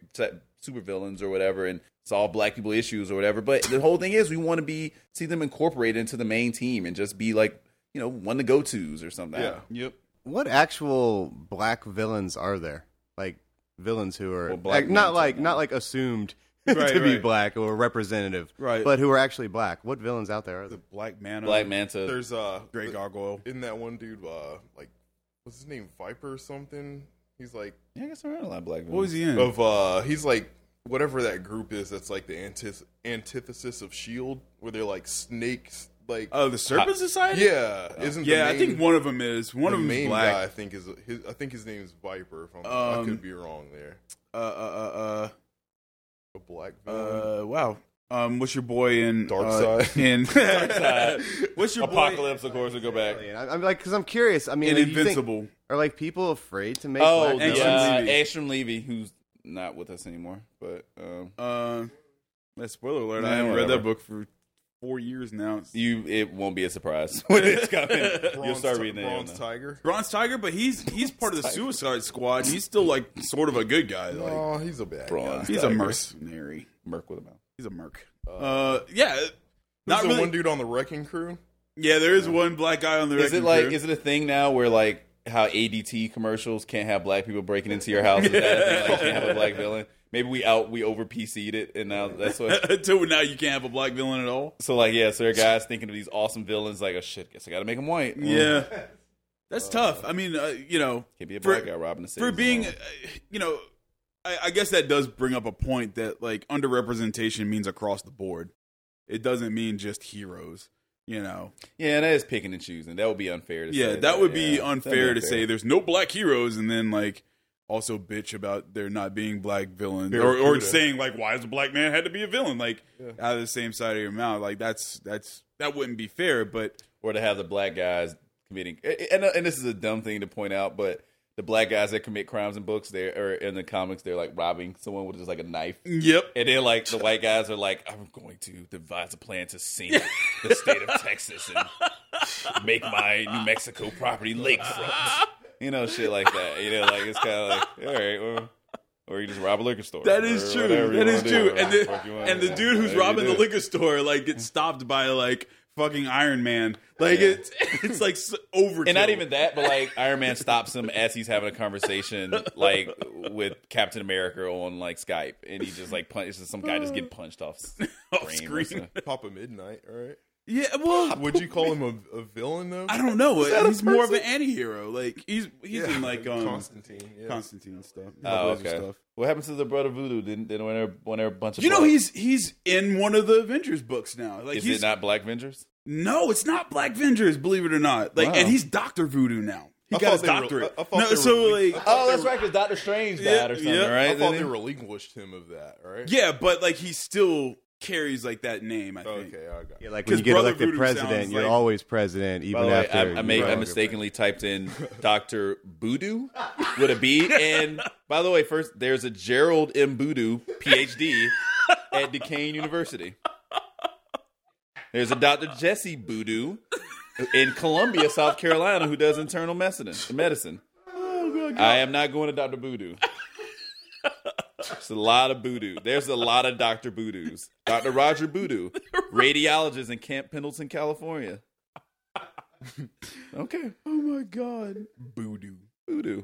super villains or whatever and solve black people issues or whatever. But the whole thing is we want to be see them incorporated into the main team and just be like, you know, one of the go tos or something.
Yeah.
Yep.
What actual black villains are there? Like villains who are
Well, black
like, not
ones
like
are-
not like assumed
Right,
to be
right.
black or representative,
Right.
But who are actually black? What villains out there are
The
there?
Black Manta.
Black Manta.
There's uh
Grey
the-
Gargoyle.
in that one dude uh like what's his name Viper or something. He's like
yeah, I guess there are a lot of black.
What was he in?
of uh he's like whatever that group is that's like the antith- antithesis of Shield E where they're like snakes like
Oh, the Serpent Society.
yeah isn't the
Yeah, I
main-
think one of them is one
the
of them is
main guy I
black.
think is his I think his name is Viper if I'm, I
Um,
could be wrong there
Uh, uh,
a black
uh,
villain.
uh, uh, wow. Um, what's your boy in
Dark
uh,
Side.
In
Side.
what's your boy
Apocalypse, of course, would go back.
Alien. I- I'm like, because I'm curious. I mean,
in
do you think-
Invincible?
are like people afraid to make?
Oh,
black
Action
the,
villains?
uh,
Levy.
Ashram Levy, who's not with us anymore, but um,
Uh, that's spoiler alert. I
Yeah,
haven't read
whatever.
that book for four years now.
you it won't be a surprise when it's coming. You'll
Bronze
start
Ti-
reading it. you'll
Bronze
know.
Tiger.
Bronze Tiger, but he's he's part of the Suicide Squad. And he's still like sort of a good guy. Like
Oh, he's a bad
Bronze.
guy.
he's a
Tiger.
mercenary.
Merc with a mouth.
He's a merc. Uh, yeah, not
Not
really.
the one dude on the wrecking crew.
yeah, there is one black guy on the.
Is it
wrecking
like
crew.
is it a thing now where like how ADT commercials can't have black people breaking into your house? Is that a thing? Like, you can't have a black villain. Maybe we out we over PC'd it, and now that's what.
until now you can't have a black villain at all?
So like yeah, so there are guys thinking of these awesome villains like oh shit, guess I gotta make them white. Mm,
Yeah, that's tough. I mean, uh, you know,
can't be a
For-
black guy robbing the city
for being, uh, you know, I, I guess that does bring up a point that like underrepresentation means across the board. It doesn't mean just heroes. You know,
yeah, that is picking and choosing. That would be unfair. to say
yeah, that would
yeah.
be
That'd
unfair to say there's no black heroes, and then like also bitch about there not being black villains, or, or
Barracuda.
saying like why is a black man had to be a villain, like out of the same side of your mouth, like that's that's that wouldn't be fair. But
or to have the black guys committing and uh, and this is a dumb thing to point out, but the black guys that commit crimes in books, they or in the comics, they're like robbing someone with just like a knife.
yep,
And then, like the white guys are like, "I'm going to devise a plan to sink the state of Texas and make my New Mexico property lakefront." You know, shit like that. You know, like it's kind of like, all right, well, or you just rob a liquor store.
That
or
is true.
whatever you
That is
wanna do,
true. And
whatever
the,
fuck you wanna
and the
do.
dude who's
Whatever you
robbing the
do.
liquor store like gets stopped by like fucking Iron Man. Like
Yeah.
it's it's like s- overkill.
And not even that, but like Iron Man stops him as he's having a conversation like with Captain America on like Skype, and he just like punches some guy just getting punched off screen.
Off
or
screen.
something.
Papa Midnight. All right.
Yeah, well,
Would you call him a, a villain though?
I don't know. He's more of an anti-hero. Like he's he's in like um
Constantine. Yeah.
Constantine and stuff.
Oh,
Hellblazer
okay. What happened to the brother Voodoo? Didn't they when they're when they're a bunch of
You know
black-
he's he's in one of the Avengers books now. Like
is
he's
it not Black Avengers?
no, it's not Black Avengers, believe it or not. Like
Wow.
and he's Doctor Voodoo now. He
I
got
thought
his
they were-
doctorate.
I- I thought
no,
they
so
were-
like
Oh, that's
right, because Doctor Strange
Yeah, died or something, yeah. right?
I thought they relinquished him of that. All right.
Yeah, but like he still carries like that name. I think.
Okay. I got.
Yeah,
It.
like when
'Cause
you get
Brother
elected
Voodoo
president,
sounds
you're
like-
always president, even
By the way,
after
I, I,
you
made, I
are-
mistakenly typed in Doctor Voodoo with a B. And by the way, first there's a Gerald M. Voodoo, PhD, at Duquesne University. There's a Doctor Jesse Voodoo in Columbia, South Carolina, who does internal medicine. Medicine. I am not going to Doctor Voodoo. It's a lot of voodoo. There's a lot of Doctor Voodoos. Doctor Roger Voodoo, radiologist in Camp Pendleton, California. Okay.
Oh my god.
Voodoo. Voodoo.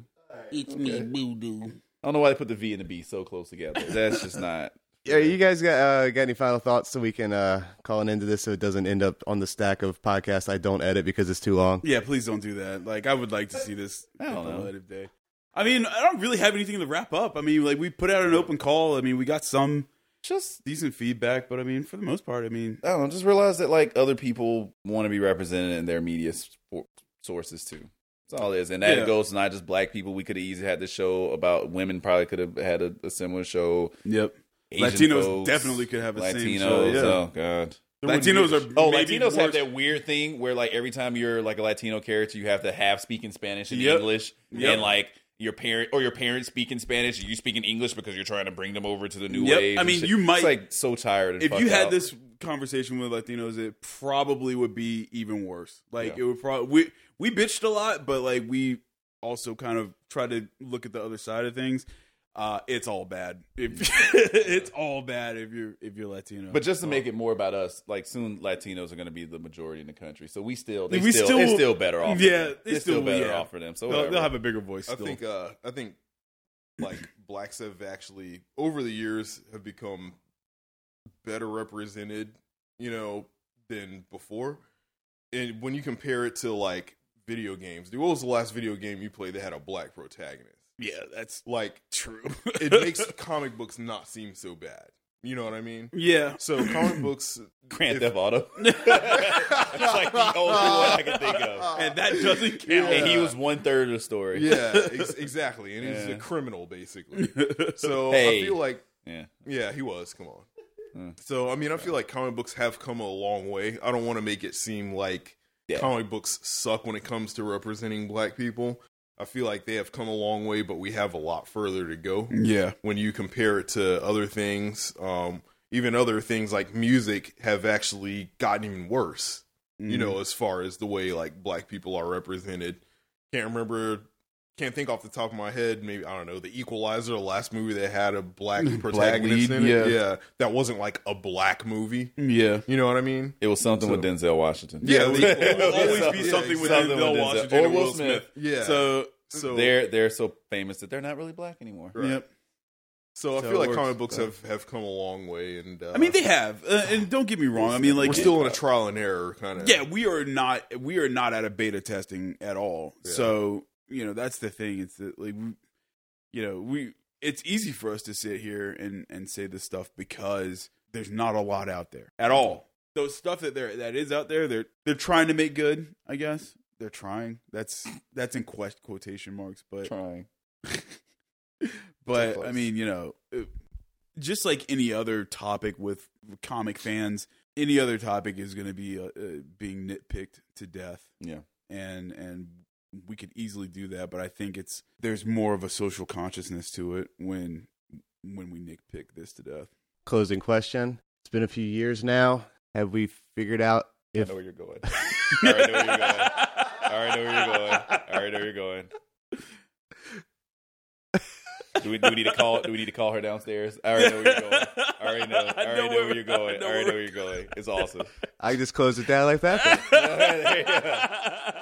It's me, voodoo.
I don't know why they put the V and the B so close together. That's just not.
Yeah, you guys got uh, got any final thoughts so we can uh, call an end to this so it doesn't end up on the stack of podcasts I don't edit because it's too long.
Yeah, please don't do that. Like, I would like to see this
I don't
at the
know.
light of day. I mean, I don't really have anything to wrap up. I mean, like we put out an open call. I mean, we got some
Just
decent feedback, but I mean, for the most part, I mean,
I don't know. Just realize that like other people want to be represented in their media spo- sources too. That's all it is, and that
Yeah.
goes not just black people. We could have easily had this show about women. Probably could have had a, a similar show.
yep.
Asian
Latinos
folks,
definitely could have the
Latinos.
same show, yeah.
Oh god.
Latinos are
Oh,
maybe
Latinos have
worse.
that weird thing where like every time you're like a Latino character, you have to half speak in Spanish and
Yep.
English,
Yep.
and like your parent or your parents speak in Spanish, you speak in English because you're trying to bring them over to the new
Yep.
age.
I
and
mean,
shit.
you might-
it's like so tired. And
if
fucked
you had
out.
this conversation with Latinos, it probably would be even worse. Like
Yeah.
it would probably we we bitched a lot, but like we also kind of try to look at the other side of things. Uh, it's all bad. If, it's all bad if you're if you're Latino.
But just to
Oh.
make it more about us, like soon Latinos are going to be the majority in the country, so we still they
We
still,
still-
it's still better off. for
Yeah,
them.
they
it's still,
still-
better
yeah.
off for them. So
they'll,
whatever.
they'll have a bigger voice.
I
Still.
think uh, I think like blacks have actually over the years have become better represented, you know, than before. And when you compare it to like video games, dude, what was the last video game you played that had a black protagonist?
yeah, that's
Like
true.
it makes comic books not seem so bad. You know what I mean?
yeah.
So comic books
Grand
if-
Theft Auto. That's like the only one I can think of.
And that doesn't count.
And he was one third of the story.
Yeah, ex- exactly. And he's
Yeah.
a criminal basically. So
Hey.
I feel like
yeah.
Yeah, he was. Come on. So I mean, I feel like comic books have come a long way. I don't want to make it seem like
Yeah.
comic books suck when it comes to representing black people. I feel like they have come a long way, but we have a lot further to go
yeah.
when you compare it to other things. Um, even other things like music have actually gotten even worse. You
Mm-hmm.
know, as far as the way like black people are represented. Can't remember. Can't think off the top of my head. Maybe I don't know. The Equalizer, the last movie that had a black
lead,
protagonist in it.
yeah.
that wasn't like a black movie.
Yeah.
You know what I mean?
It was something with Denzel Washington.
Yeah,
It
it
will
was-
always be
Yeah,
something with
something with
Denzel
Denzel.
Washington or Will Smith.
Yeah. So,
So
so
They're they're so famous that they're not really black anymore.
Right.
yep.
so I
so it
feel like
works,
comic books
but-
have have come a long way, and uh,
I mean, they have, uh, and don't get me wrong. I mean, like uh,
we're still in a trial and error kind of.
yeah, we are not we are not out of beta testing at all.
Yeah.
So you know that's the thing. It's that like we, you know we it's easy for us to sit here and and say this stuff because there's not a lot out there at all. Those stuff that there that is out there, they're they're trying to make good. I guess they're trying. That's that's in quest quotation marks, but
Trying.
but I
close.
mean, you know, it- just like any other topic with comic fans, any other topic is going to be uh, uh, being nitpicked to death.
Yeah.
and and we could easily do that, but I think it's there's more of a social consciousnitness to it when when we nitpick this to death.
Closing question. It's been a few years now. Have we figured out if
I know where you're going. I already know where you're going. I already know where you're going. I already know where you're going. Do we, do we need to call? Do we need to call her downstairs? I already know where you're going. I already know. I already know, where you're going. I already know where you're going. It's awesome.
I just close it down like that?
There you go.